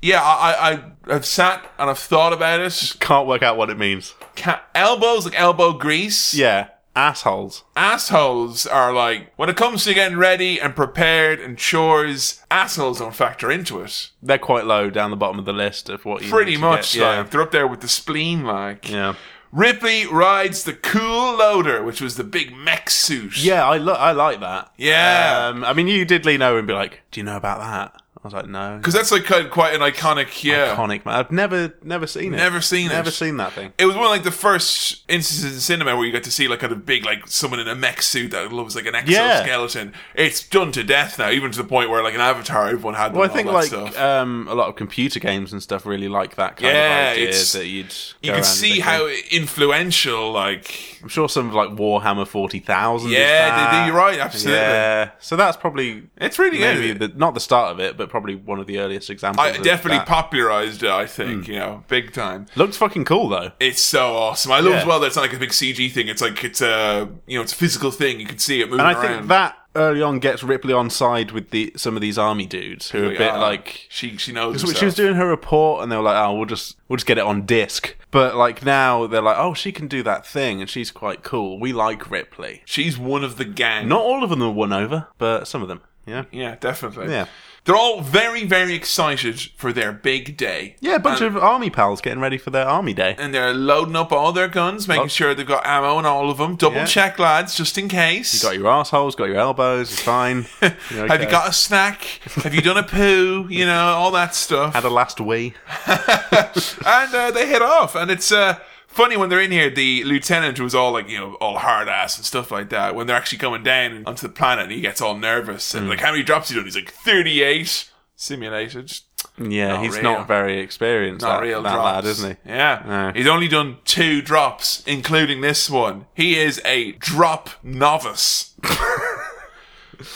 yeah, I, I, I- I've sat and I've thought about it. can't work out what it means. Ca elbows like elbow grease. Yeah, assholes. Assholes are like when it comes to getting ready and prepared and chores. Assholes don't factor into it. They're quite low down the bottom of the list of what you Pretty need to much, get. Yeah. like they're up there with the spleen, like. yeah. Ripley rides the cool loader, which was the big mech suit. Yeah, I look. I like that. Yeah. Um, I mean, you did lean over and be like, "Do you know about that?" I was like, "No." Because that's like quite, quite an iconic, yeah. Iconic man. I've never, never seen it. Never seen it. Never seen that thing. It was one of like the first instances in cinema where you got to see like kind of big like someone in a mech suit that loves like an Yeah. exoskeleton. It's done to death now, even to the point where like an Avatar, everyone had. Them Well, I and think all that like stuff. um, a lot of computer games and stuff really like that kind Yeah, of idea it's- that you'd. you can go around see making- how influential like I'm sure some of like Warhammer forty thousand. yeah, they, they, you're right, absolutely. Yeah, so that's probably It's really maybe good. the, not the start of it, but probably one of the earliest examples. I of definitely that. popularized it. Hmm. I think you know, big time. looks fucking cool though. It's so awesome. I love Yeah. as well that it's not like a big CG thing. It's like it's a you know it's a physical thing. You can see it moving And I around. think that early on gets Ripley on side with the some of these army dudes who are a Like, bit ah, like she she knows. So herself. she was doing her report, and they were like, "Oh, we'll just we'll just get it on disc." But like now, they're like, "Oh, she can do that thing, and she's quite cool. We like Ripley." She's one of the gang. Not all of them are won over, but some of them. Yeah, Yeah, definitely. Yeah. They're all very, very excited for their big day. yeah, a bunch and, of army pals getting ready for their army day. And they're loading up all their guns, making sure they've got ammo and all of them. Double Oh. Yeah. check, lads, just in case. Got your assholes, got your elbows. It's fine. You're Have you okay. got a snack? Have you done a poo? You know, all that stuff. had a last wee? and uh, they hit off. And it's uh, funny when they're in here. The lieutenant was all like, you know, all hard ass and stuff like that. When they're actually coming down onto the planet, he gets all nervous Hmm. and like, how many drops you done? He's like, thirty-eight simulated. Yeah, he's real. not very experienced. Not that, real that drops, lad, isn't he? Yeah. No. he's only done two drops, including this one. He is a drop novice.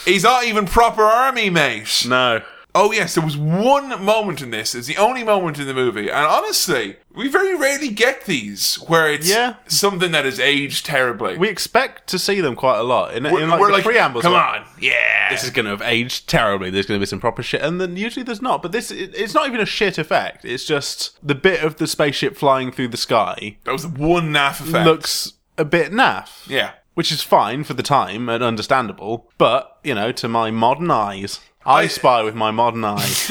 he's not even proper army mate. No. Oh yes, there was one moment in this. It's the only moment in the movie, and honestly, we very rarely get these where it's Yeah. something that is aged terribly. We expect to see them quite a lot in, in like we're the preambles. Come are- on, yeah. this is going to have aged terribly. There's going to be some proper shit, and then usually there's not. But this, it, it's not even a shit effect. It's just the bit of the spaceship flying through the sky that was one naff effect. looks a bit naff. yeah. which is fine for the time and understandable. But you know, to my modern eyes, I, spy with my modern eyes.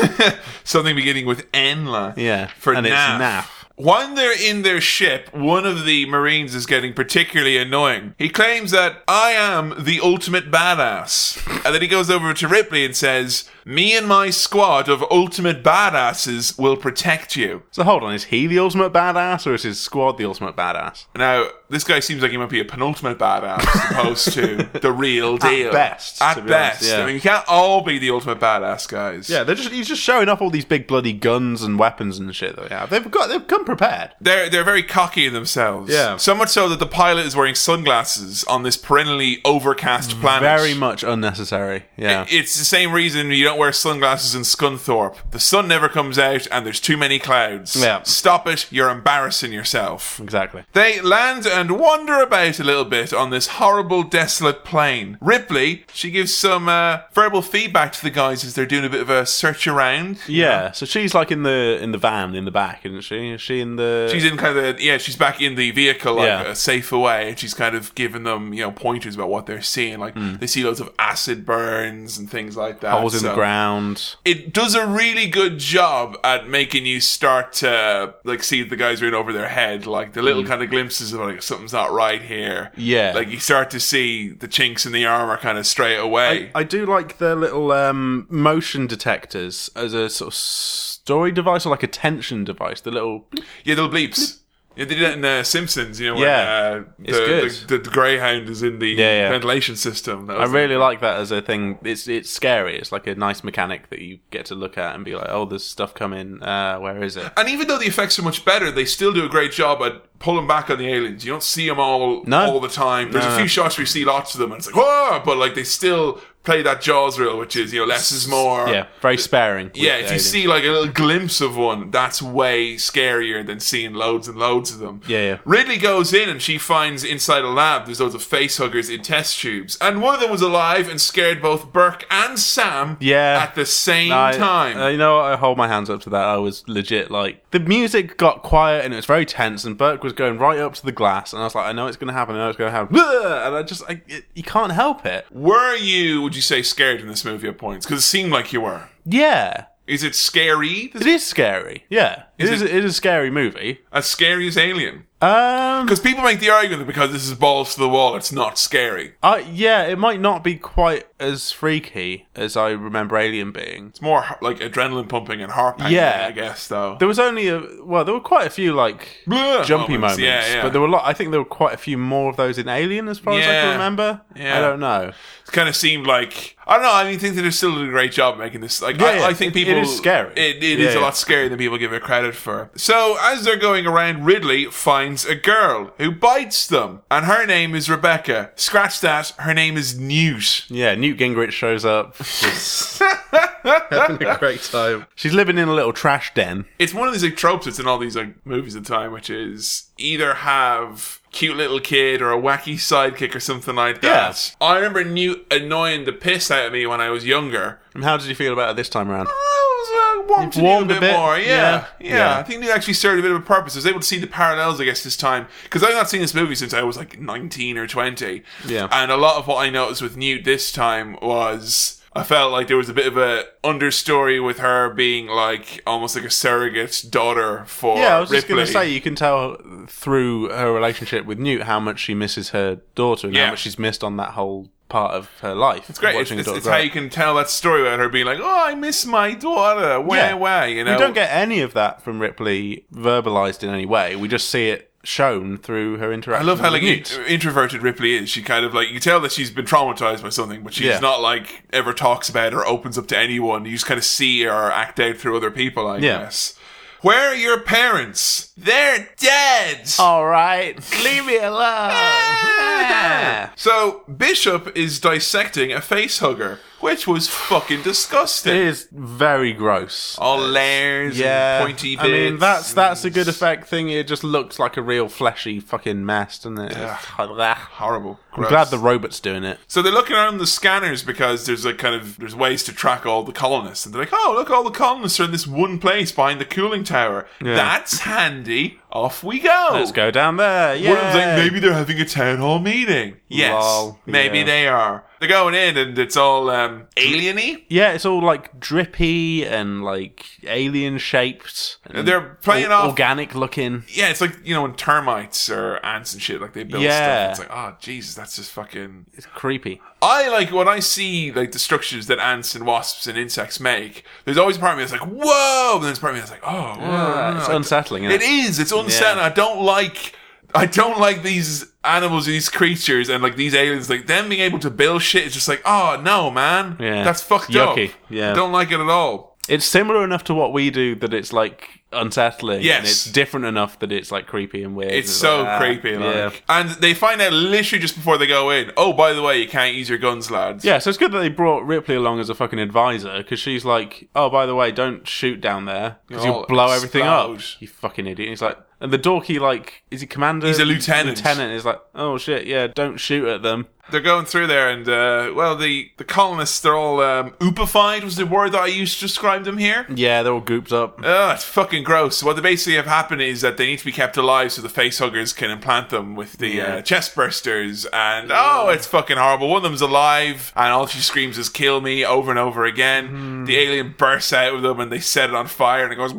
Something beginning with N. like, yeah, For naff. and it's naff. When they're in their ship, one of the Marines is getting particularly annoying. He claims that I am the ultimate badass. And then he goes over to Ripley and says, Me and my squad of ultimate badasses will protect you. So hold on, is he the ultimate badass or is his squad the ultimate badass? Now, this guy seems like he might be a penultimate badass as opposed to the real deal. best, At to be honest, best. yeah. I mean, you can't all be the ultimate badass, guys. Yeah, they're just he's just showing off all these big bloody guns and weapons and shit that they have. They've got they've come prepared. They're they're very cocky in themselves. Yeah. So much so that the pilot is wearing sunglasses on this perennially overcast planet. Very much unnecessary. Yeah. It's the same reason you don't wear sunglasses in Scunthorpe. The sun never comes out and there's too many clouds. Yeah. Stop it, you're embarrassing yourself. exactly. They land and wander about a little bit on this horrible, desolate plain. Ripley, she gives some uh, verbal feedback to the guys as they're doing a bit of a search around. Yeah, so she's like in the in the van in the back, isn't she? Is she in the She's in kind of the, yeah, she's back in the vehicle like Yeah. a safe away, and she's kind of giving them you know pointers about what they're seeing. Like they see loads of acid burns and things like that. Mm. holes in the So ground. It does a really good job at making you start to like see the guys are in over their head, like the little kind of glimpses of like something's not right here. Mm. Yeah. like you start to see the chinks in the armor kind of straight away. I do like their little um, motion detectors as a sort of story device or like a tension device. The little yeah, little bleeps. Yeah, they did it in uh, Simpsons, you know, when Yeah. uh, the, It's good. The, the, Greyhound is in the yeah. ventilation system. That I was really like that as a thing. It's it's scary. It's like a nice mechanic that you get to look at and be like, oh, there's stuff coming. Uh, where is it? And even though the effects are much better, they still do a great job at pulling back on the aliens. You don't see them all No. all the time. There's a few shots where you see lots of them, and it's like whoa, but like they still play that Jaws rule, which is you know less is more. Yeah, very sparing. with Yeah, if the you aliens. see like a little glimpse of one, that's way scarier than seeing loads and loads of them. Yeah, yeah. Ridley goes in and she finds inside a lab there's loads of face huggers in test tubes. And one of them was alive and scared both Burke and Sam Yeah. Uh, at the same I, time. I- you know, what? I hold my hands up to that. I was legit like the music got quiet and it was very tense, and Burke was going right up to the glass, and I was like, I know it's going to happen, I know it's going to happen, and I just, I, it, you can't help it. Were you, would you say, scared in this movie at points? Because it seemed like you were. Yeah, Is it scary? it is scary. Yeah, it Is is. it- It is a scary movie. As scary as Alien? Um, Because people make the argument that because this is balls to the wall, it's not scary. I, yeah, it might not be quite as freaky as I remember Alien being. It's more like adrenaline pumping and heart pounding, Yeah. I guess, though. There was only a well, there were quite a few like Bleh jumpy moments, Yeah, yeah. but there were a lot. I think there were quite a few more of those in Alien, as far as I Yeah. can remember. Yeah. I don't know. it kind of seemed like I don't know. I mean, I think they still did a great job making this. Like, Yeah, yeah. I, I think It- it people is scary. It, it is Yeah, a yeah. lot scarier than people give it credit for. So as they're going around, Ridley finds a girl who bites them, and her name is Rebecca. Scratch that. Her name is Newt. Yeah, Newt Gingrich shows up. Just having a great time. She's living in a little trash den. It's one of these like, tropes that's in all these like movies at the time, which is either have cute little kid or a wacky sidekick or something like that. I remember Newt annoying the piss out of me when I was younger. And how did you feel about it this time around? I was, uh, warmed, to Warmed Newt a a bit, bit. more. Yeah. Yeah. Yeah. Yeah. I think it actually served a bit of a purpose. I was able to see the parallels, I guess, this time. Because I've not seen this movie since I was like 19 or 20. Yeah. And a lot of what I noticed with Newt this time was. I felt like there was a bit of a understory with her being like almost like a surrogate daughter for Yeah, I was just Ripley. going to say you can tell through her relationship with Newt how much she misses her daughter and Yeah. how much she's missed on that whole part of her life. It's great. It's, it's- it's how you can tell that story about her being like, "Oh, I miss my daughter." Where, Yeah. where? You know, We don't get any of that from Ripley verbalized in any way. We just see it shown through her I interaction. love how like with Newt. in- introverted Ripley is. She kind of like you can tell that she's been traumatized by something, but she's Yeah. not like ever talks about it or opens up to anyone. You just kind of see her act out through other people, I Yeah. guess. Where are your parents? They're dead. All right, leave me alone. Yeah. So Bishop is dissecting a face hugger, which was fucking It disgusting. is very gross. All layers, yeah, yeah, and pointy bits. I mean that's and- that's a good effect thing. It just looks like a real fleshy fucking mess, doesn't it? I'm horrible. Gross. glad the robot's doing it. So they're looking around the scanners because there's like kind of there's ways to track all the colonists, and they're like, "Oh, look, all the colonists are in this one place behind the cooling tower. That's handy. Off we go." Let's go down there. One of them's Yeah, like, "Maybe they're having a town hall meeting." Yes, Lol. maybe Yeah. they are. They're going in and it's all um, alieny. Yeah, it's all like drippy and like alien shaped. And they're playing off- organic looking. Yeah, it's like you know in termites or ants and shit. Like they build Yeah. stuff. It's like, oh Jesus, that's just fucking. It's creepy. I like when I see like the structures that ants and wasps and insects make. There's always a part of me that's like, whoa, and then there's a part of me that's like, oh, whoa. it's unsettling. Isn't It it? is. It's unsettling. I don't like. I don't like these animals, these creatures, and like these aliens. Like them being able to build shit is just like, oh no, man, Yeah. that's fucked Yucky. up. Yeah. I don't like it at all. It's similar enough to what we do that it's like unsettling. Yes. And it's different enough that it's like creepy and weird. It's so like, ah, creepy, like, Yeah. and they find out literally just before they go in. Oh, by the way, you can't use your guns, lads. Yeah, so it's good that they brought Ripley along as a fucking advisor because she's like, oh, by the way, don't shoot down there because You'll you'll blow everything up. Oh, explode. You fucking idiot. And he's like, and the dorky, like, is he commander? He's a lieutenant. Lieutenant is like, oh shit, yeah, don't shoot at them. they're going through there, and uh, well, the the colonists they're all um, oopified was the word that I used to describe them here. Yeah, they're all gooped up. Oh, it's fucking gross. What they basically have happened is that they need to be kept alive so the facehuggers can implant them with the uh, chest bursters. And oh, it's fucking horrible. One of them's alive, and all she screams is "kill me" over and over again. The alien bursts out of them, and they set it on fire, and it goes.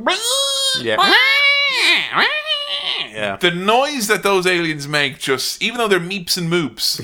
Yeah. Yeah. The noise that those aliens make, just even though they're meeps and moops,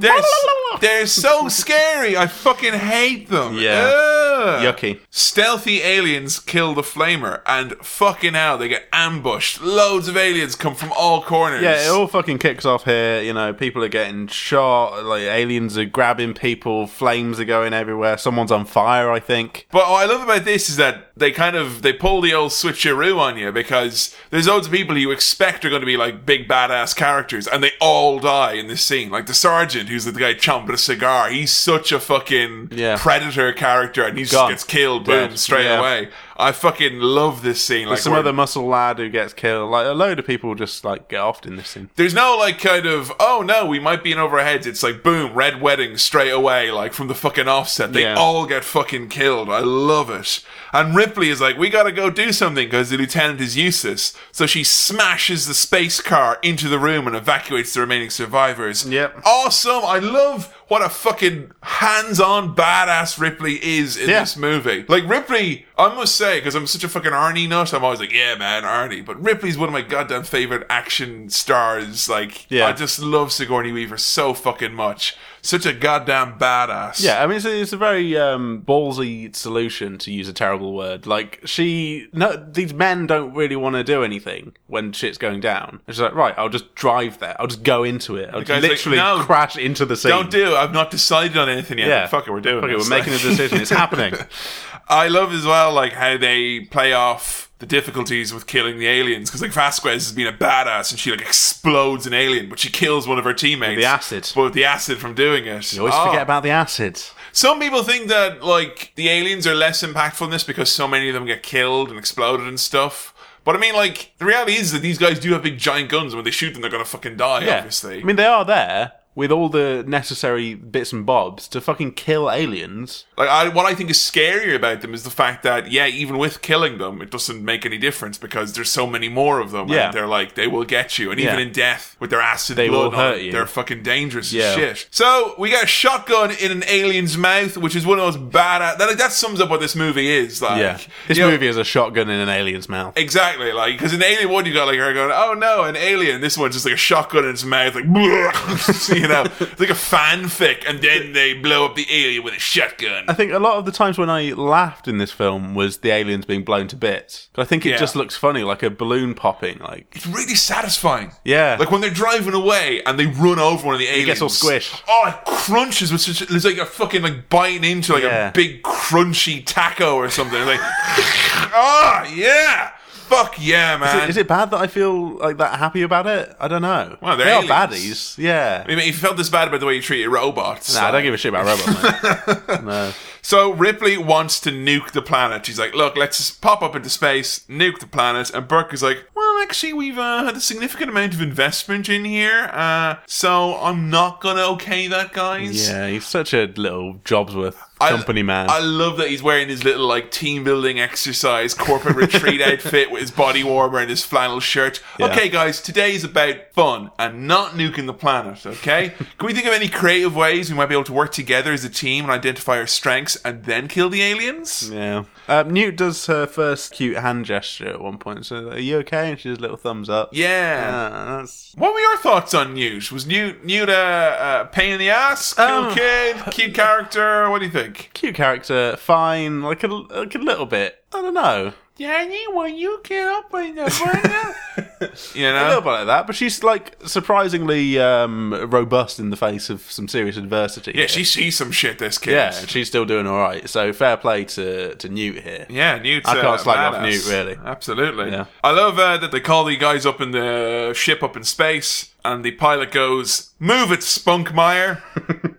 they're, s- they're so scary. I fucking hate them. Yeah. Ugh. Yucky. Stealthy aliens kill the flamer, and fucking hell, they get ambushed. Loads of aliens come from all corners. Yeah, it all fucking kicks off here. You know, people are getting shot. Like aliens are grabbing people. Flames are going everywhere. Someone's on fire. I think. But what I love about this is that they kind of they pull the old switcheroo on you because there's loads of people you expect are going to be like big badass characters, and they all die in this scene. Like the sergeant, who's the guy chomping a cigar, he's such a fucking Yeah. predator character, and he just Gone. gets killed, boom, Dead. straight Yeah. away. I fucking love this scene. Like Some where- other muscle lad who gets killed. Like a load of people just like get offed in this scene. there's no like kind of oh no we might be in over our heads it's like boom red wedding straight away like from the fucking offset they Yeah. all get fucking killed i love it and ripley is like we gotta go do something because the lieutenant is useless so she smashes the space car into the room and evacuates the remaining survivors Yep. awesome i love what a fucking hands-on badass ripley is in Yeah. this movie like ripley i must say because i'm such a fucking arnie nut i'm always like yeah man arnie but ripley's one of my goddamn favorite action stars like Yeah. I just love Sigourney Weaver so fucking much. Such a goddamn badass. Yeah, I mean it's a, it's a very um, ballsy solution to use a terrible word. Like she, no, these men don't really want to do anything when shit's going down. And she's like, right, I'll just drive there. I'll just go into it. I'll guy's just like, literally "No, crash into the scene. Don't do. it. I've not decided on anything yet. Yeah. Fuck it, we're doing Fuck it. it, we're It's making a like- decision. It's happening. I love as well, like how they play off the difficulties with killing the aliens because like Vasquez has been a badass and she like explodes an alien, but she kills one of her teammates. the acid. But with the acid from doing it. You always Oh. forget about the acid. Some people think that like the aliens are less impactful in this because so many of them get killed and exploded and stuff. But I mean, like the reality is that these guys do have big giant guns. and When they shoot them, they're gonna fucking die. Yeah. Obviously, I mean, they are there with all the necessary bits and bobs to fucking kill aliens. like I, what I think is scarier about them is the fact that yeah, even with killing them, it doesn't make any difference because there's so many more of them. Yeah. and they're like they will get you, and Yeah. even in death with their acid, They blood will on them, hurt you. They're fucking dangerous Yeah. as shit. So we got a shotgun in an alien's mouth, which is one of those badass. That, like, that sums up what this movie is. Like This you know- movie is a shotgun in an alien's mouth. Exactly, like because in Alien One you got like her going, "Oh no, an alien." This one's just like a shotgun in its mouth, like you know, it's like a fanfic, and then they blow up the alien with a shotgun. I think a lot of the times when I laughed in this film was the aliens being blown to bits. But I think it Yeah. just looks funny, like a balloon popping. Like, It's really satisfying. yeah, Like when they're driving away and they run over one of the aliens. gets all squished. Oh, it crunches with such. It's like a fucking like biting into like Yeah. a big crunchy taco or something. It's like, ah, yeah, fuck yeah, man. is, it, is it bad that I feel like that happy about it? I don't know. Well, they're they are aliens. baddies. Yeah. I mean, if you felt this bad about the way you treated robots. Nah, I like- don't give a shit about robots. mate. no. So Ripley wants to nuke the planet. She's like, "Look, let's just pop up into space, nuke the planet." And Burke is like, "Well, actually, we've uh, had a significant amount of investment in here, uh, so I'm not gonna okay that, guys." Yeah, he's such a little Jobsworth. company man. I love that he's wearing his little like team building exercise corporate retreat outfit with his body warmer and his flannel shirt. Okay, guys, today is about fun and not nuking the planet. Okay, can we think of any creative ways we might be able to work together as a team and identify our strengths and then kill the aliens? yeah. Um, Newt does her first cute hand gesture at one point. So, are you okay? And she does a little thumbs up. Yeah. Uh, that's What were your thoughts on Newt? Was Newt Newt a, a pain in the ass? Cool Um, kid, cute character. What do you think? cute character. Fine, like a like a little bit. I don't know. Danny, will you get up in the morning? you A little know, bit like that, but she's like surprisingly um, robust in the face of some serious adversity. yeah, she sees some shit. This kid. yeah, and she's still doing all right. So fair play to to Newt here. Yeah, Newt's I can't uh, slag off badass. Newt, really. Absolutely. Yeah. I love uh, that they call the guys up in the ship up in space, and the pilot goes, "Move it, Spunkmeyer,"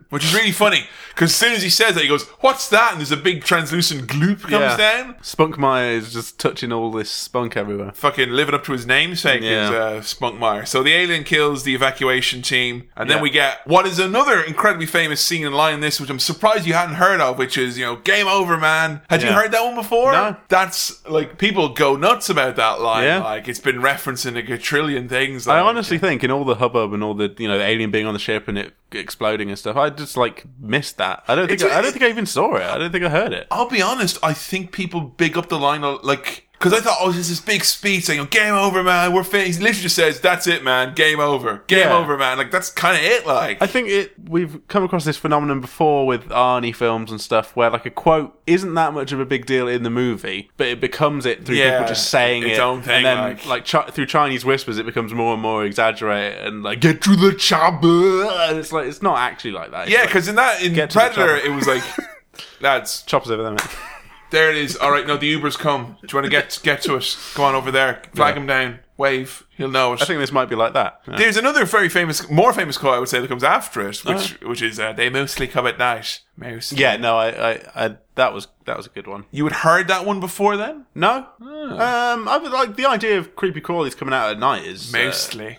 which is really funny because as soon as he says that, he goes, "What's that?" And there's a big translucent gloop comes Yeah. down. Spunkmeyer is just touching all this spunk everywhere. Fucking living up to his namesake Yeah. is uh, Spunkmeyer. So the alien kills the evacuation team, and then Yeah. we get what is another incredibly famous scene and line in this, which I'm surprised you hadn't heard of, which is you know, "Game over, man." Had you Yeah. heard that one before? No. That's like people go nuts about that line. Yeah. Like it's been referenced in like a trillion things. I like- honestly think in all the hubbub and all the you know the alien being on the ship and it exploding and stuff, I just like missed that. I don't think It's- I, don't think I even saw it. I don't think I heard it. I'll be honest. I think people big up the line a- like because I thought, oh, this is this big speech saying, oh, "Game over, man. We're finished." He literally just says, "That's it, man. Game over. Game Yeah. over, man." Like that's kind of it. Like I think it we've come across this phenomenon before with Arnie films and stuff where like a quote isn't that much of a big deal in the movie, but it becomes it through Yeah, people just saying its it own thing, and then like- like, chi- through Chinese whispers it becomes more and more exaggerated and like get to the chopper and it's like it's not actually like that. It's yeah, like, because in that in Get to the Predator, it chopper. was like, lads, choppers over there. Mate. there it is. All right, no, the Uber's come. Do you want to get get to it? Come on over there. Flag him down. Wave. He'll know it. I think this might be like that. Yeah. There's another very famous, more famous quote I would say that comes after it, which which is uh, they mostly come at night. Mouse. Ah. Yeah, no, I, I, I, that was that was a good one. you had heard that one before then. No, Hmm. um, I would like the idea of creepy crawlies coming out at night is uh, Mostly.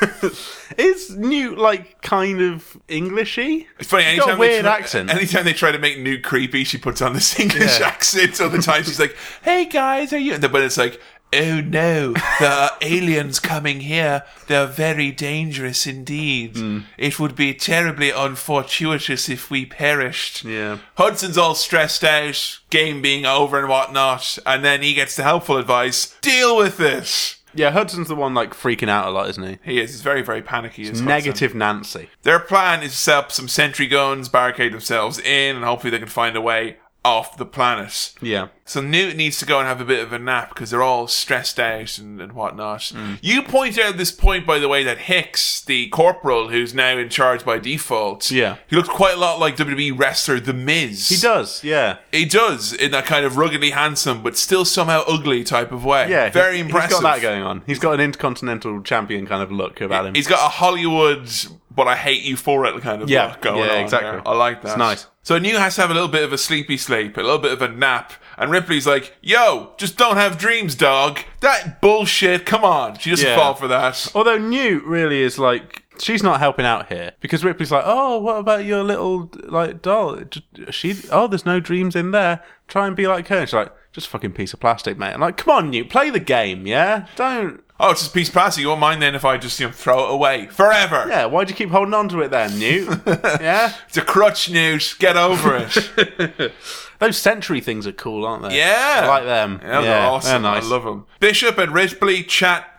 is new like kind of Englishy. It's funny. She's got Anytime a weird they try, accent. Anytime they try to make Newt creepy, she puts on this English Yeah. accent. All the time she's like, "Hey guys, are you?" And then- But it's like, "Oh no, there are aliens coming here. They're very dangerous indeed. Hmm. It would be terribly unfortuitous if we perished." Yeah. Hudson's all stressed out, game being over and whatnot, and then he gets the helpful advice: "Deal with it." yeah, Hudson's the one like freaking out a lot, isn't he? He is. He's very, very panicky. is Hudson. Negative Nancy. Their plan is to set up some sentry guns, barricade themselves in, and hopefully they can find a way off the planet. Yeah, So Newt needs to go and have a bit of a nap because they're all stressed out and, and whatnot. Mm. You point out at this point, by the way, that Hicks, the corporal who's now in charge by default, Yeah. he looks quite a lot like WWE wrestler The Miz. he does. Yeah, He does in that kind of ruggedly handsome but still somehow ugly type of way. yeah. very he- impressive. He's got that going on. He's got an intercontinental champion kind of look about him. He's got a Hollywood, but I hate you for it kind of Yeah. look going Yeah, on. exactly. there. I like that. It's nice. So New has to have a little bit of a sleepy sleep, a little bit of a nap, and Ripley's like, "Yo, just don't have dreams, dog. That bullshit. Come on." She doesn't Yeah. fall for that. Although Newt really is like she's not helping out here because Ripley's like, oh, what about your little like doll? J- She oh, there's no dreams in there. Try and be like her. And she's like, just a fucking piece of plastic, mate. I'm like, come on, Newt, play the game, yeah. Don't Oh, it's just a piece of plastic. You won't mind then if I just you know throw it away forever? yeah. Why do you keep holding on to it then, Newt? yeah. It's a crutch, Newt. Get over it. Those century things are cool, aren't they? Yeah. I like them. Yeah, they're yeah, awesome. They're nice. I love them. Bishop and Ripley chat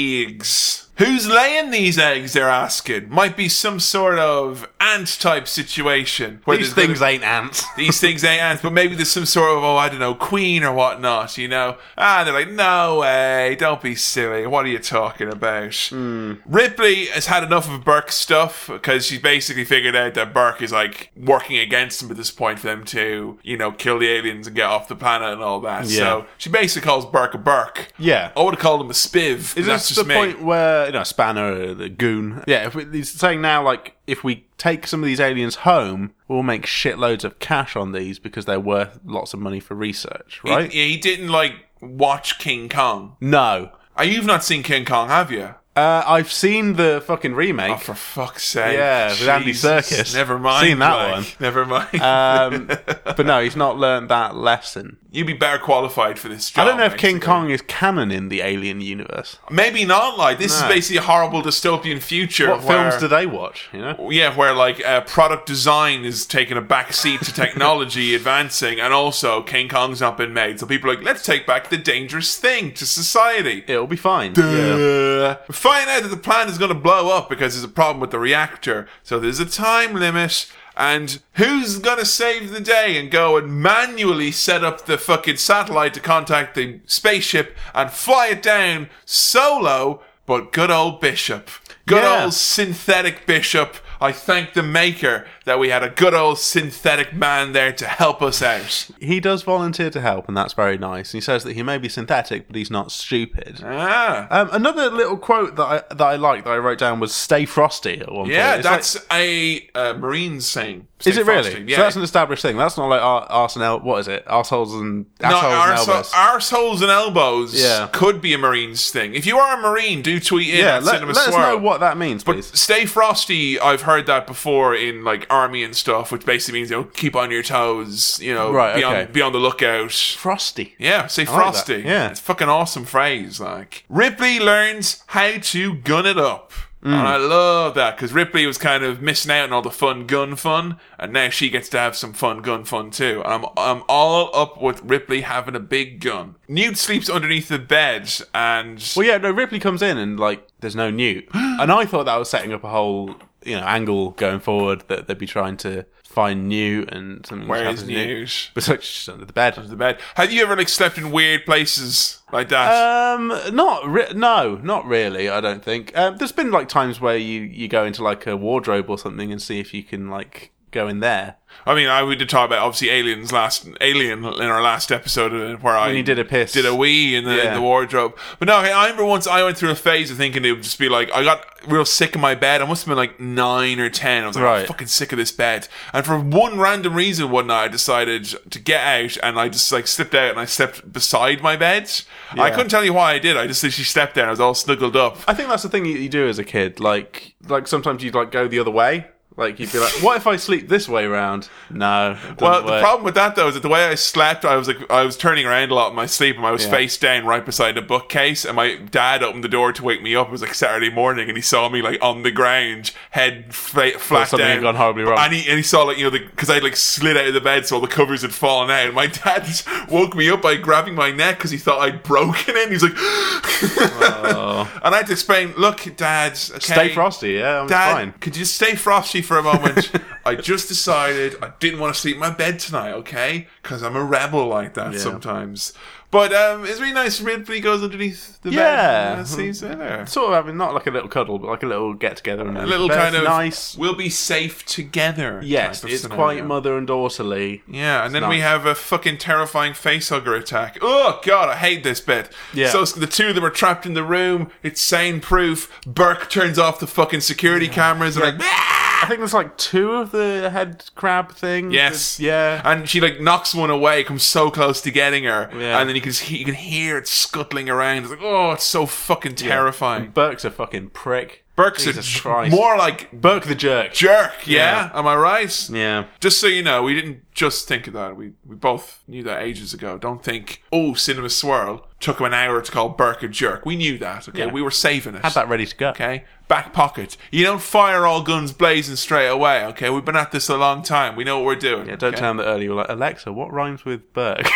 eggs. Who's laying these eggs? They're asking. Might be some sort of ant type situation. Where These there's things gonna- ain't ants. these things ain't ants, but maybe there's some sort of oh I don't know queen or whatnot. You know? Ah, they're like, no way. Don't be silly. What are you talking about? Hmm. Ripley has had enough of Burke's stuff because she's basically figured out that Burke is like working against them at this point for them to, you know, kill the aliens and get off the planet and all that. Yeah. So she basically calls Burke a Burke. Yeah. I would have called him a spiv. Is and that's this just the me. point where you know Spanner, uh, the goon? Yeah, if we, he's saying now, like if we take some of these aliens home, we'll make shitloads of cash on these because they're worth lots of money for research, He- right? He, didn't like watch King Kong. no, Uh, You've not seen King Kong, have you? uh, Uh, I've seen the fucking remake. Oh, for fuck's sake! Yeah, with Andy Serkis. Never mind. Seen that Mike. one. Never mind. um, but no, he's not learned that lesson. You'd be better qualified for this job. Oh, I don't know if actually. King Kong is canon in the Alien universe. Maybe not. Like this No. is basically a horrible dystopian future. What where- films do they watch? You know, Yeah, where like uh, product design is taking a back seat to technology advancing, and also King Kong's not been made, so people are like, let's take back the dangerous thing to society. it'll be fine. Yeah. Uh, we find out that the plant is going to blow up because there's a problem with the reactor. So there's a time limit. And who's going to save the day and go and manually set up the fucking satellite to contact the spaceship and fly it down solo? But good old Bishop. Good Yeah. old synthetic Bishop. I thank the maker that we had a good old synthetic man there to help us out. He does volunteer to help, and that's very nice. He says that he may be synthetic, but he's not stupid. Ah. Um, another little quote that I that I liked that I wrote down was "Stay frosty" at one Yeah, point. It's that's a uh, Marine saying. Like, is it really? Yeah. So that's an established thing. That's not like ar- arsonel. What is it? Arseholes and no, assholes and elbows. arse- arseholes and elbows Yeah. could be a Marine's thing. If you are a Marine, do tweet in yeah, at let, Cinema let us Swirl. know what that means, please. Stay frosty. I've heard that before in like army and stuff, which basically means you know keep on your toes. You know, Right, be, okay. on, be on the lookout. frosty. Yeah, say like frosty. that, yeah. it's a fucking awesome phrase. Like Ripley learns how to gun it up, and Mm. I love that because Ripley was kind of missing out on all the fun gun fun, and now she gets to have some fun gun fun too. And I'm I'm all up with Ripley having a big gun. Newt sleeps underneath the bed, and Well, yeah, no, Ripley comes in and, like, there's no Newt. and I thought that was setting up a whole, you know, angle going forward that they'd be trying to find Newt and something. where happens is to Newt. Newt? But like, she's under the bed. The bed. Have you ever like slept in weird places like that? Um, not re- no, not really. I don't think. Um, there's been like times where you you go into like a wardrobe or something and see if you can like go in there. I mean, I we did talk about obviously aliens last alien in our last episode uh, where I And you did a piss. did a wee in the, in Yeah. the wardrobe. But no, I I remember once I went through a phase of thinking it would just be like I got real sick of my bed. I must have been like nine or ten. I was like, I'm Right. fucking sick of this bed. And for one random reason, one night I decided to get out, and I just like slipped out and I slept beside my bed. I Yeah. couldn't tell you why I did. I just literally slept there. and I was all snuggled up. I think that's the thing you, you do as a kid. Like like sometimes you'd like go the other way. Like you'd be like, what if I sleep this way round? No. it doesn't Well, the work. problem with that though is that the way I slept, I was like, I was turning around a lot in my sleep, and I was face down right beside a bookcase. And my dad opened the door to wake me up. It was like Saturday morning, and he saw me like on the ground, head fla- flat something down, had gone horribly wrong. And he, and he saw like you know because I like slid out of the bed, so all the covers had fallen out. My dad just woke me up by grabbing my neck because he thought I'd broken it. And he's like, and I had to explain, look, Dad, okay, Stay frosty, yeah, I'm Dad, fine. could you stay frosty for a moment? I just decided I didn't want to sleep in my bed tonight, okay? Because I'm a rebel like that sometimes. But um, it's really nice. Ripley goes underneath the Yeah. bed. and uh, seems in there. Sort of having not like a little cuddle, but like a little get together and A little kind of nice. We'll be safe together. Yes, type of it's scenario. quite mother and daughterly. Yeah, and then we nice. have a fucking terrifying facehugger attack. Oh god, I hate this bit. Yeah. So it's- the two of them are trapped in the room. It's soundproof. Burke turns off the fucking security cameras and like. I think there's like two of the head crab things. Yes. yeah. And she like knocks one away, comes so close to getting her, Yeah. and then you can he- you can hear it scuttling around. It's like, oh, it's so fucking terrifying. Burke's a fucking prick. Burke's a Jesus j- Christ. more like Burke the jerk. jerk. Yeah? am I right? yeah. Just so you know, we didn't just think of that. We we both knew that ages ago. Don't think, oh, Cinema Swirl took him an hour to call Burke a jerk. We knew that. Okay, we were saving it. Had that ready to go. Okay, back pocket. You don't fire all guns blazing straight away. Okay, we've been at this a long time. We know what we're doing. Yeah, don't okay? tell him that earlier. You're like, Alexa, what rhymes with Burke?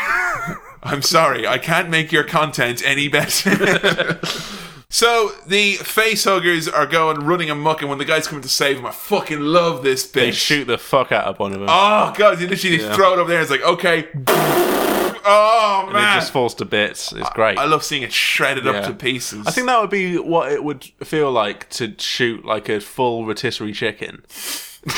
I'm sorry, I can't make your content any better. so the facehuggers are going running amok, and when the guys come to save them, I fucking love this bitch. they shoot the fuck out of one of them. Oh god, they literally they throw it over there. It's like okay. Oh and man, it just falls to bits. It's great. I love seeing it shredded up Yeah. to pieces. I think that would be what it would feel like to shoot like a full rotisserie chicken. is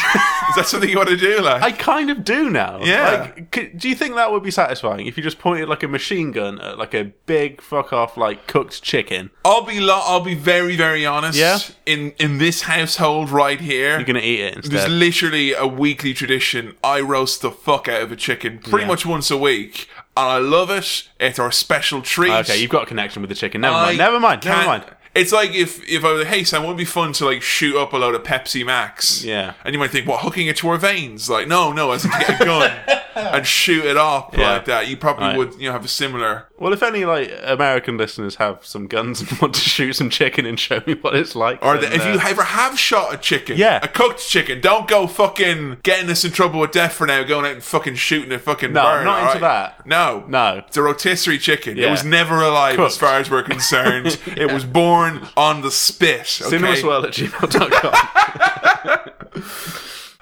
that something you want to do, like. I kind of do now. Yeah. Like, c- do you think that would be satisfying if you just pointed like a machine gun at like a big fuck off like cooked chicken? I'll be lo- I'll be very very honest. Yeah. In in this household right here, You're gonna eat it instead. There's literally a weekly tradition. I roast the fuck out of a chicken pretty much once a week, and I love it. It's our special treat. okay, you've got a connection with the chicken. Never I mind. Never mind. Never can't- mind. It's like if if I was like, hey Sam, wouldn't it be fun to like shoot up a load of Pepsi Max? Yeah. And you might think, well, hooking it to her veins. Like, no, no, as in to get a gun and shoot it up Yeah. like that. You probably Right. would, you know, have a similar. Well, if any like American listeners have some guns and want to shoot some chicken and show me what it's like, Or then, the, if uh, you ever have shot a chicken, Yeah. a cooked chicken, don't go fucking getting us in trouble with death for now. Going out and fucking shooting a fucking No, bird. I'm not all into right? that. No, No. it's a rotisserie chicken. It Yeah. was never alive as Cooked. far as we're concerned. It was born on the spit. Okay? cinemaswirl at gmail.com.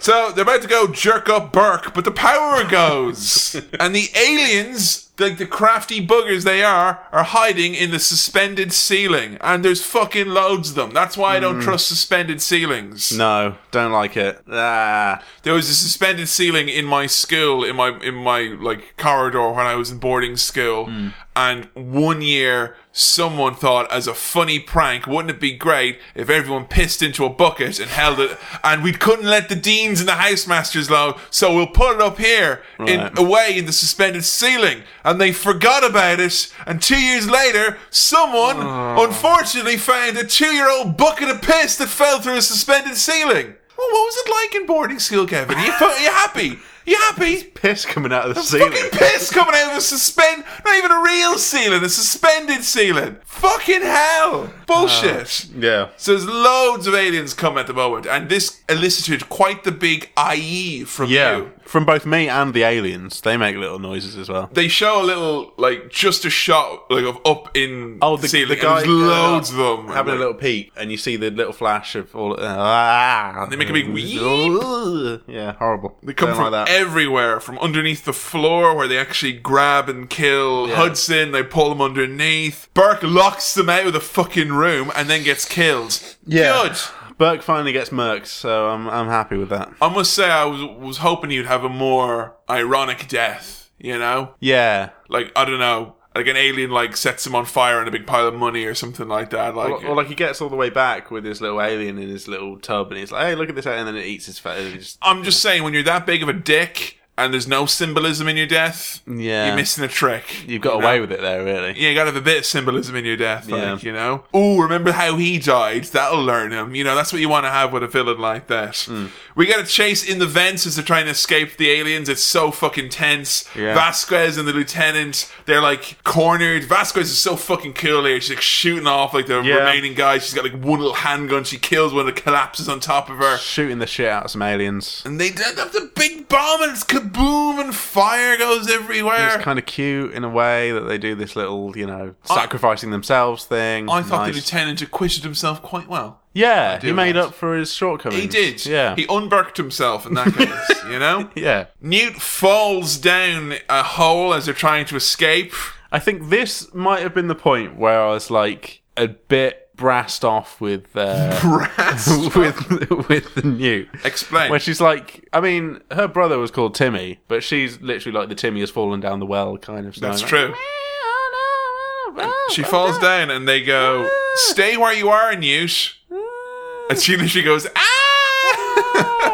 So they're about to go jerk up Burke, but the power goes. and the aliens, like the crafty buggers they are, are hiding in the suspended ceiling. And there's fucking loads of them. That's why I don't Mm. trust suspended ceilings. no, don't like it. Ah, There was a suspended ceiling in my school, in my in my like corridor when I was in boarding school. And one year someone thought as a funny prank, wouldn't it be great if everyone pissed into a bucket and held it and we couldn't let the deans and the housemasters know, so we'll put it up here in Right. away in the suspended ceiling. And they forgot about it, and two years later, someone unfortunately found a two year old bucket of piss that fell through a suspended ceiling. Well, what was it like in boarding school, Kevin? Are you, fu- are you happy? You happy? piss coming out of the ceiling. Fucking piss coming out of a suspend, not even a real ceiling, a suspended ceiling. Fucking hell. Bullshit. Yeah. So there's loads of aliens come at the moment, and this elicited quite the big IE from Yeah. you. From both me and the aliens, they make little noises as well. they show a little like just a shot like of up in Oh, the, ceiling. the guy and there's loads of them having And, a little peek, and you see the little flash of all. uh, ah, They make a big wheep. Yeah, horrible. They come Don't from like that. everywhere, from underneath the floor where they actually grab and kill Hudson. They pull him underneath. Burke locks them out of the fucking room and then gets killed. Yeah. Good. Burke finally gets murked, so I'm I'm happy with that. I must say, I was was hoping you'd have a more ironic death. You know, Yeah, like I don't know, like an alien like sets him on fire in a big pile of money or something like that. Like, or, or like he gets all the way back with his little alien in his little tub, and he's like, "Hey, look at this!" And then it eats his face. and it just- I'm just saying, when you're that big of a dick and there's no symbolism in your death, Yeah. you're missing a trick. You've got you know? away with it there, really. Yeah, you gotta have a bit of symbolism in your death, like, Yeah. you know? Ooh, remember how he died? That'll learn him. You know, that's what you wanna have with a villain like that. Hmm. We gotta chase in the vents as they're trying to escape the aliens. It's so fucking tense. Yeah. Vasquez and the lieutenant, they're like cornered. Vasquez is so fucking cool here. She's like shooting off like the Yeah. remaining guys. She's got like one little handgun. She kills one that collapses on top of her. Shooting the shit out of some aliens. And they did up the big bomb and it's kaboom and fire goes everywhere. It's kind of cute in a way that they do this little, you know, sacrificing themselves thing. I thought the Nice. lieutenant acquitted himself quite well. Yeah, he do made that. up for his shortcomings. He did. Yeah. He unburked himself in that case, you know? yeah. Newt falls down a hole as they're trying to escape. I think this might have been the point where I was like a bit brassed off with uh, Brass. with with the new. Explain. Where she's like, I mean, her brother was called Timmy, but she's literally like the Timmy has fallen down the well kind of. That's scenario. true. She falls down and they go, Stay where you are, Newt. And she literally goes, Ah!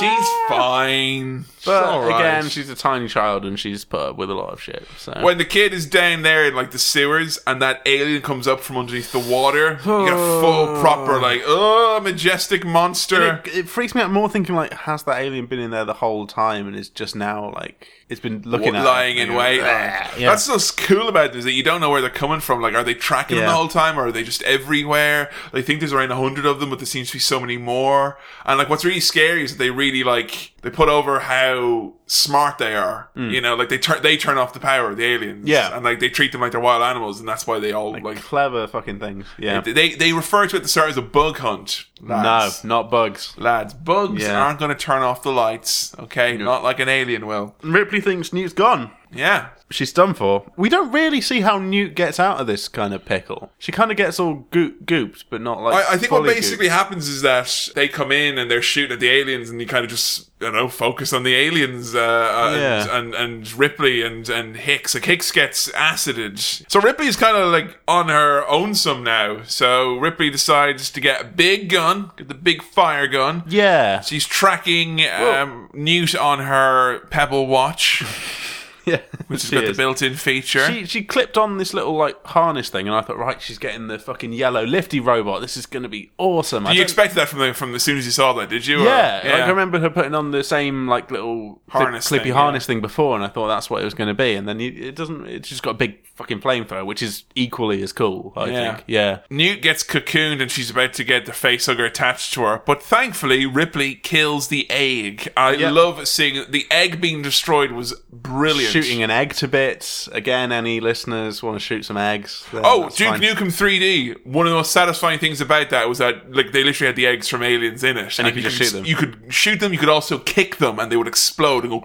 She's fine. But It's all right. again, she's a tiny child and she's put up with a lot of shit. So When the kid is down there in like the sewers and that alien comes up from underneath the water, you get a full proper like, oh, majestic monster. it, it freaks me out more thinking like, has that alien been in there the whole time and is just now like it's been looking at Ah, lying in wait. yeah. That's what's cool about it is that you don't know where they're coming from. Like, are they tracking them Yeah. the whole time, or are they just everywhere? They think there's around a hundred of them, but there seems to be so many more. And like, what's really scary is that they really like they put over how smart they are. You know, like they turn they turn off the power of the aliens. Hmm. Yeah. and like they treat them like they're wild animals, and that's why they all like. clever fucking things. Yeah. they they refer to it at the start as a bug hunt. No, Lads. not bugs. Lads, bugs Yeah. aren't going to turn off the lights, okay? Not like an alien will. Ripley thinks Newt's gone. Yeah. She's done for. We don't really see how Newt gets out of this kind of pickle. She kind of gets all goop- gooped, but not like. I, I think what fully basically happens is that they come in and they're shooting at the aliens, and you kind of just you know focus on the aliens uh, uh, and, Yeah. and and Ripley and and Hicks. Like Hicks gets acided, so Ripley's kind of like on her own some now. So Ripley decides to get a big gun, get the big fire gun. gooped. Yeah. She's tracking um, Newt on her Pebble watch. yeah, which has she got is. the built-in feature. She she clipped on this little like harness thing, and I thought, right, she's getting the fucking yellow lifty robot. This is going to be awesome. I you don't- expected that from the from as soon as you saw that, did you? Or- Yeah, like I remember her putting on the same like little cli- Harness clippy thing, harness thing before, and I thought that's what it was going to be. And then it, it doesn't. It's just got a big fucking flamethrower, which is equally as cool. I Yeah. think. Yeah. Newt gets cocooned and she's about to get the face hugger attached to her, but thankfully Ripley kills the egg. I Yeah. love seeing the egg being destroyed was brilliant. Shooting an egg to bits again. Any listeners want to shoot some eggs? then Oh, that's Duke fine. Nukem 3D. One of the most satisfying things about that was that like they literally had the eggs from aliens in it, And you could just shoot s- them. You could shoot them. You could also kick them, and they would explode and go.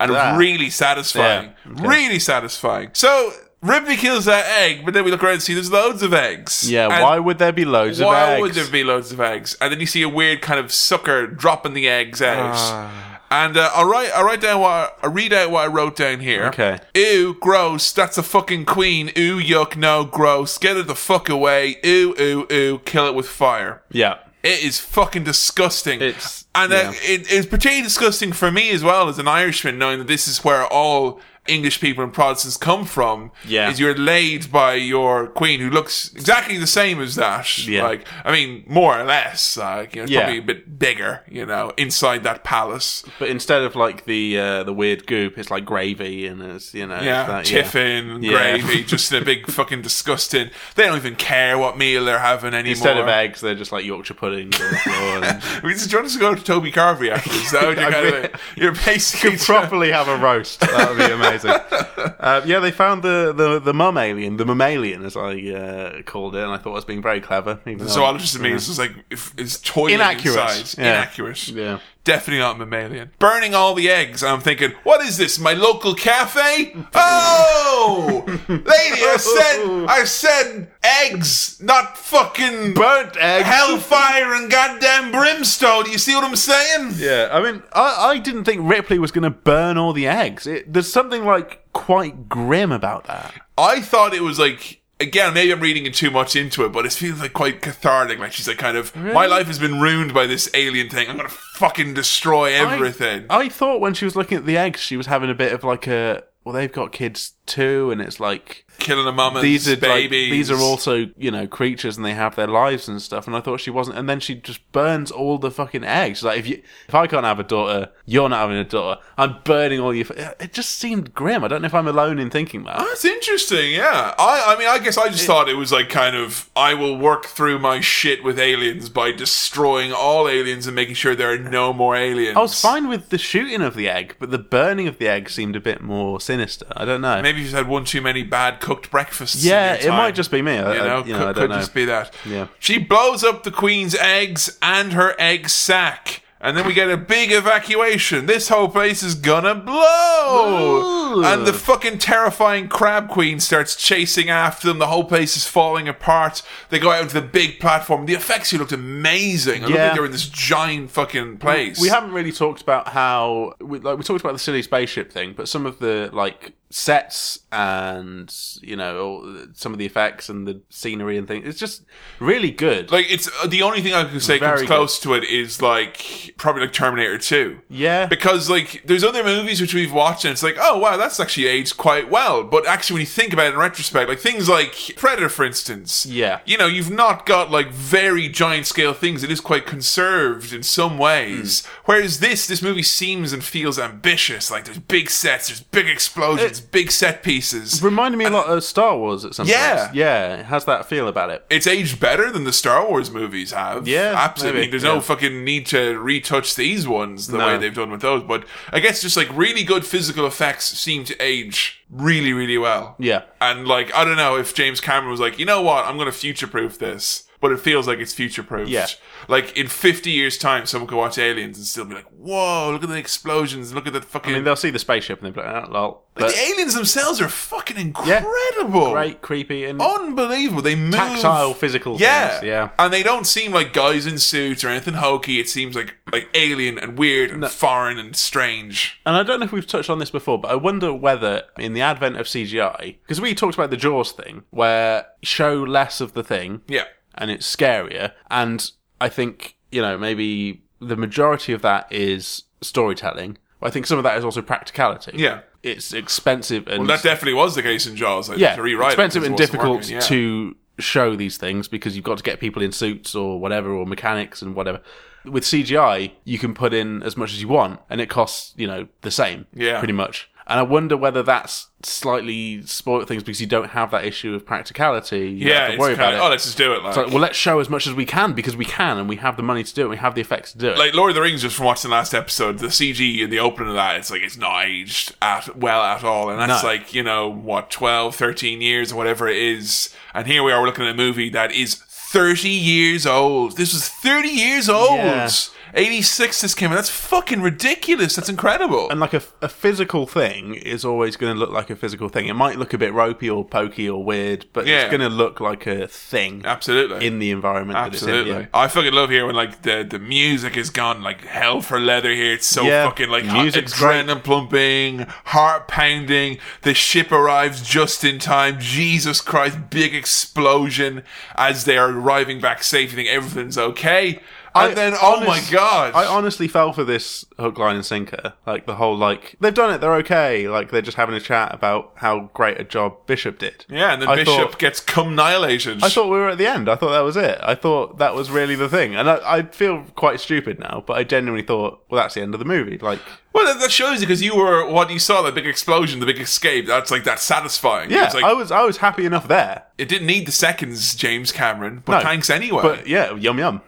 And it Ah. was really satisfying. Yeah, okay. Really satisfying. So Ripley kills that egg, but then we look around and see there's loads of eggs. Yeah. And why would there be loads of Why eggs? would there be loads of eggs? And then you see a weird kind of sucker dropping the eggs out. Ah. And uh, I'll write. I'll write down what I, will read out what I wrote down here. Okay. Ew, gross. That's a fucking queen. Ooh, yuck. No, gross. Get it the fuck away. Ooh, ooh, ooh. Kill it with fire. yeah. It is fucking disgusting. It's- and uh, yeah. it, it's particularly disgusting for me as well as an Irishman, knowing that this is where all English people and Protestants come from. Yeah. is you're laid by your queen, who looks exactly the same as that. Yeah. like I mean, more or less. Like you know, it's Yeah. probably a bit bigger. You know, inside that palace. But instead of like the uh, the weird goop, it's like gravy and it's you know Yeah, Uh, that, tiffin, Yeah. gravy, just a big fucking disgusting. They don't even care what meal they're having anymore. Instead of eggs, they're just like Yorkshire puddings on the floor. And we just do you want us to go to Toby Carvey after this. Is that what you're, I kind mean- of, you're basically properly have a roast. That would be amazing. uh, yeah, they found the the the mum alien, the mammalian, as I uh, called it, and I thought it was being very clever. Even though- zoologist in me is just like if, is toiling Inaccurate. Inside. Yeah. Inaccurate. Yeah. Definitely not mammalian. Burning all the eggs. and I'm thinking, what is this? My local cafe? Oh, lady, I said, I said eggs, not fucking burnt eggs. hellfire and goddamn brimstone. You see what I'm saying? Yeah, I mean, I, I didn't think Ripley was going to burn all the eggs. It, there's something like quite grim about that. I thought it was like again, maybe I'm reading it too much into it, but it feels like quite cathartic. Like she's like kind of my life has been ruined by this alien thing. I'm gonna fucking destroy I- everything. I, thought when she was looking at the eggs, she was having a bit of like a well, they've got kids too, and it's like Killing a mama, these are like, babies. these are also you know creatures, and they have their lives and stuff. And I thought she wasn't, and then she just burns all the fucking eggs. Like if you if I can't have a daughter, you're not having a daughter. I'm burning all your. F-. It just seemed grim. I don't know if I'm alone in thinking that. That's interesting, yeah. I, I mean, I guess I just thought it was like kind of I will work through my shit with aliens by destroying all aliens and making sure there are no more aliens. I was Oh, fine with the shooting of the egg, but the burning of the egg seemed a bit more sinister. I don't know. Maybe you just had one too many bad cooked breakfasts. in yeah, your it might time. just be me. I, You I- know, Uh, you know, I could, don't could know. just be that. Yeah. She blows up the queen's eggs and her egg sack. And then we get a big evacuation. This whole place is gonna blow! Ooh. And the fucking terrifying crab queen starts chasing after them. The whole place is falling apart. They go out onto the big platform. The effects here looked amazing. It looked Yeah. like they were in this giant fucking place. We haven't really talked about how, we, like, we talked about the silly spaceship thing, but some of the like sets and you know all, some of the effects and the scenery and things. It's just really good. like it's uh, the only thing I could say comes Very good. close to it is like probably like Terminator Two. yeah, because like there's other movies which we've watched and it's like oh wow that's actually aged quite well but actually when you think about it in retrospect like things like predator for instance Yeah. you know you've not got like very giant scale things it is quite conserved in some ways Hmm. whereas this this movie seems and feels ambitious like there's big sets there's big explosions big set pieces reminded me a lot of Star Wars at some Yeah. points. yeah, it has that feel about it. it's aged better than the Star Wars movies have. Yeah, absolutely. maybe, There's yeah. no fucking need to retouch these ones the No. way they've done with those. But I guess just like really good physical effects seem to age really, really well. Yeah. And like I don't know if James Cameron was like, you know what, I'm going to future proof this, but it feels like it's future proofed. Yeah. Like in 50 years' time, someone could watch Aliens and still be like, whoa, look at the explosions, look at that fucking. I mean, they'll see the spaceship and they'll be like, oh, lol. the But aliens themselves are fucking Yeah. incredible. great, creepy, and Unbelievable. They move tactile, physical Oh, yeah. things. Yeah. And they don't seem like guys in suits or anything hokey. It seems like like alien and weird and foreign and strange. And I don't know if we've touched on this before, but I wonder whether in the advent of CGI, because we talked about the Jaws thing, where show less of the thing Yeah. and it's scarier. And I think, you know, maybe the majority of that is storytelling. I think some of that is also practicality. Yeah. it's expensive and Well, that definitely was the case in Jaws. Like, yeah, to rewrite it expensive because it and wasn't difficult working, yeah. to show these things because you've got to get people in suits or whatever or mechanics and whatever. With CGI, you can put in as much as you want, and it costs you know the same, Yeah. pretty much. And I wonder whether that's slightly spoiled things because you don't have that issue of practicality. You don't Yeah, have to it's worry kinda, about it. oh, let's just do it. Like, It's like, well, let's show as much as we can because we can, and we have the money to do it. We have the effects to do it. like Lord of the Rings, just from watching the last episode, the CG in the opening of that, it's like it's not aged at well at all, and that's No. like you know what 12, 13 years or whatever it is, and here we are we're looking at a movie that is thirty years old. This was thirty years old. Yeah. 86 this came out. That's fucking ridiculous. That's incredible. and like a, a physical thing is always going to look like a physical thing. It might look a bit ropey or pokey or weird, but Yeah. it's going to look like a thing Absolutely. in the environment Absolutely. that it's in. I fucking love here when like the, the music is gone like hell for leather here. It's so Yeah. fucking like Music's adrenaline pumping, heart pounding. The ship arrives just in time. Jesus Christ! Big explosion as they are arriving back safe. You think everything's okay, and I then oh honest- my god! I honestly fell for this hook, line, and sinker. Like the whole like they've done it, they're okay. Like they're just having a chat about how great a job Bishop did. yeah, and then I Bishop thought- gets cumnihilated. I thought we were at the end. I thought that was it. I thought that was really the thing, and I, I feel quite stupid now. But I genuinely thought, well, that's the end of the movie. Like, well, that- that shows you because you were what you saw the big explosion, the big escape. That's like that's satisfying. yeah, It's like, I was, I was happy enough there. it didn't need the seconds, James Cameron, but No, thanks anyway. But yeah, yum yum.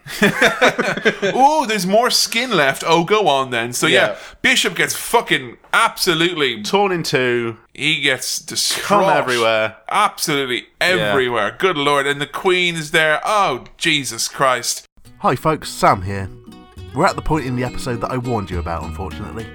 Ooh, there's more skin left. Oh, go on then. So yeah, Yeah. Bishop gets fucking absolutely. Torn in two, He gets destroyed come everywhere. Absolutely everywhere. Good lord, and the Queen is there. Oh Jesus Christ! Hi, folks, Sam here. We're at the point in the episode that I warned you about, unfortunately.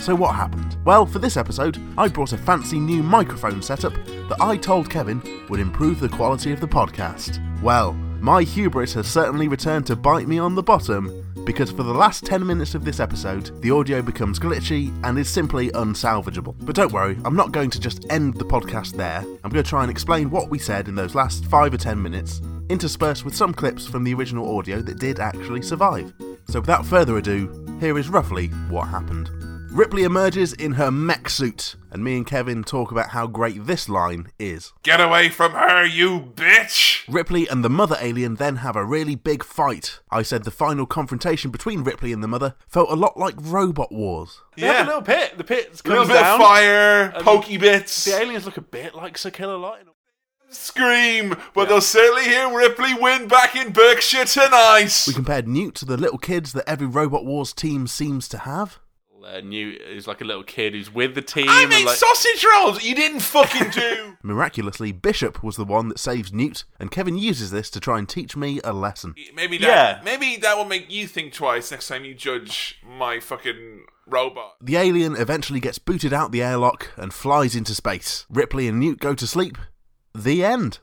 So, what happened? Well, for this episode, I brought a fancy new microphone setup that I told Kevin would improve the quality of the podcast. Well, my hubris has certainly returned to bite me on the bottom, because for the last 10 minutes of this episode, the audio becomes glitchy and is simply unsalvageable. But don't worry, I'm not going to just end the podcast there. I'm going to try and explain what we said in those last 5 or 10 minutes, interspersed with some clips from the original audio that did actually survive. So without further ado, here is roughly what happened. Ripley emerges in her mech suit, and me and Kevin talk about how great this line is. Get away from her, you bitch! Ripley and the mother alien then have a really big fight. I said the final confrontation between Ripley and the mother felt a lot like Robot Wars. They have a little pit. The pit comes A little bit down. of fire, pokey bits, The aliens look a bit like Sir Killer Light. scream, but they'll certainly hear Ripley win back in Berkshire tonight. We compared Newt to the little kids that every Robot Wars team seems to have. Uh, New is like a little kid who's with the team. I and, made like- sausage rolls. You didn't fucking do. Miraculously, Bishop was the one that saves Newt, and Kevin uses this to try and teach me a lesson. Maybe that. Yeah. Maybe that will make you think twice next time you judge my fucking robot. The alien eventually gets booted out the airlock and flies into space. Ripley and Newt go to sleep. The end.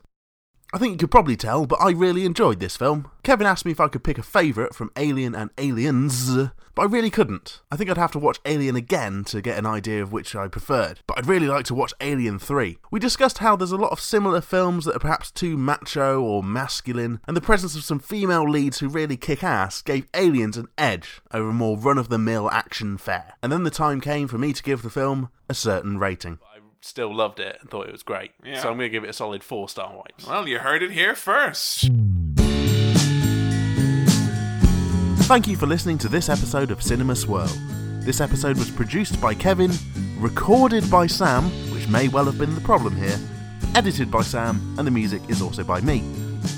I think you could probably tell, but I really enjoyed this film. Kevin asked me if I could pick a favourite from Alien and Aliens, but I really couldn't. I think I'd have to watch Alien again to get an idea of which I preferred, but I'd really like to watch Alien 3. We discussed how there's a lot of similar films that are perhaps too macho or masculine, and the presence of some female leads who really kick ass gave Aliens an edge over more run of the mill action fare. And then the time came for me to give the film a certain rating. I still loved it and thought it was great. Yeah. So I'm going to give it a solid four star wipes. Well, you heard it here first. Thank you for listening to this episode of Cinema Swirl. This episode was produced by Kevin, recorded by Sam, which may well have been the problem here, edited by Sam, and the music is also by me.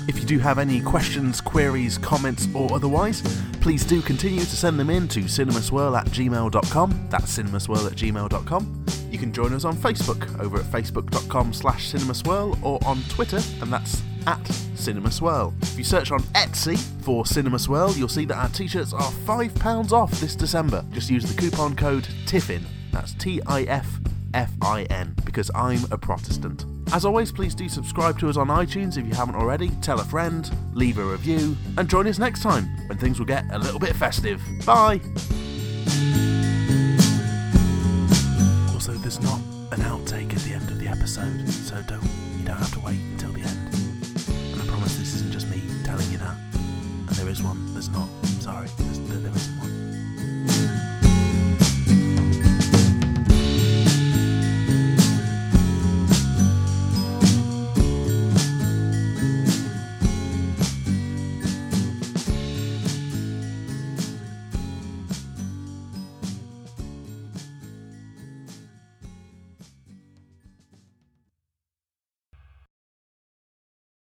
If you do have any questions, queries, comments, or otherwise, please do continue to send them in to cinemaswirl at gmail.com. That's cinemaswirl at gmail.com. You can join us on Facebook over at facebook.com slash cinemaswirl or on Twitter, and that's at Cinema Swirl. If you search on Etsy for Cinema Swirl, you'll see that our t-shirts are £5 off this December. Just use the coupon code TIFFIN, that's T-I-F-F-I-N, because I'm a Protestant. As always, please do subscribe to us on iTunes if you haven't already, tell a friend, leave a review, and join us next time when things will get a little bit festive. Bye! Also, there's not an outtake at the end of the episode, so don't you don't have to wait until the end. And I promise this isn't just me telling you that. And there is one that's not.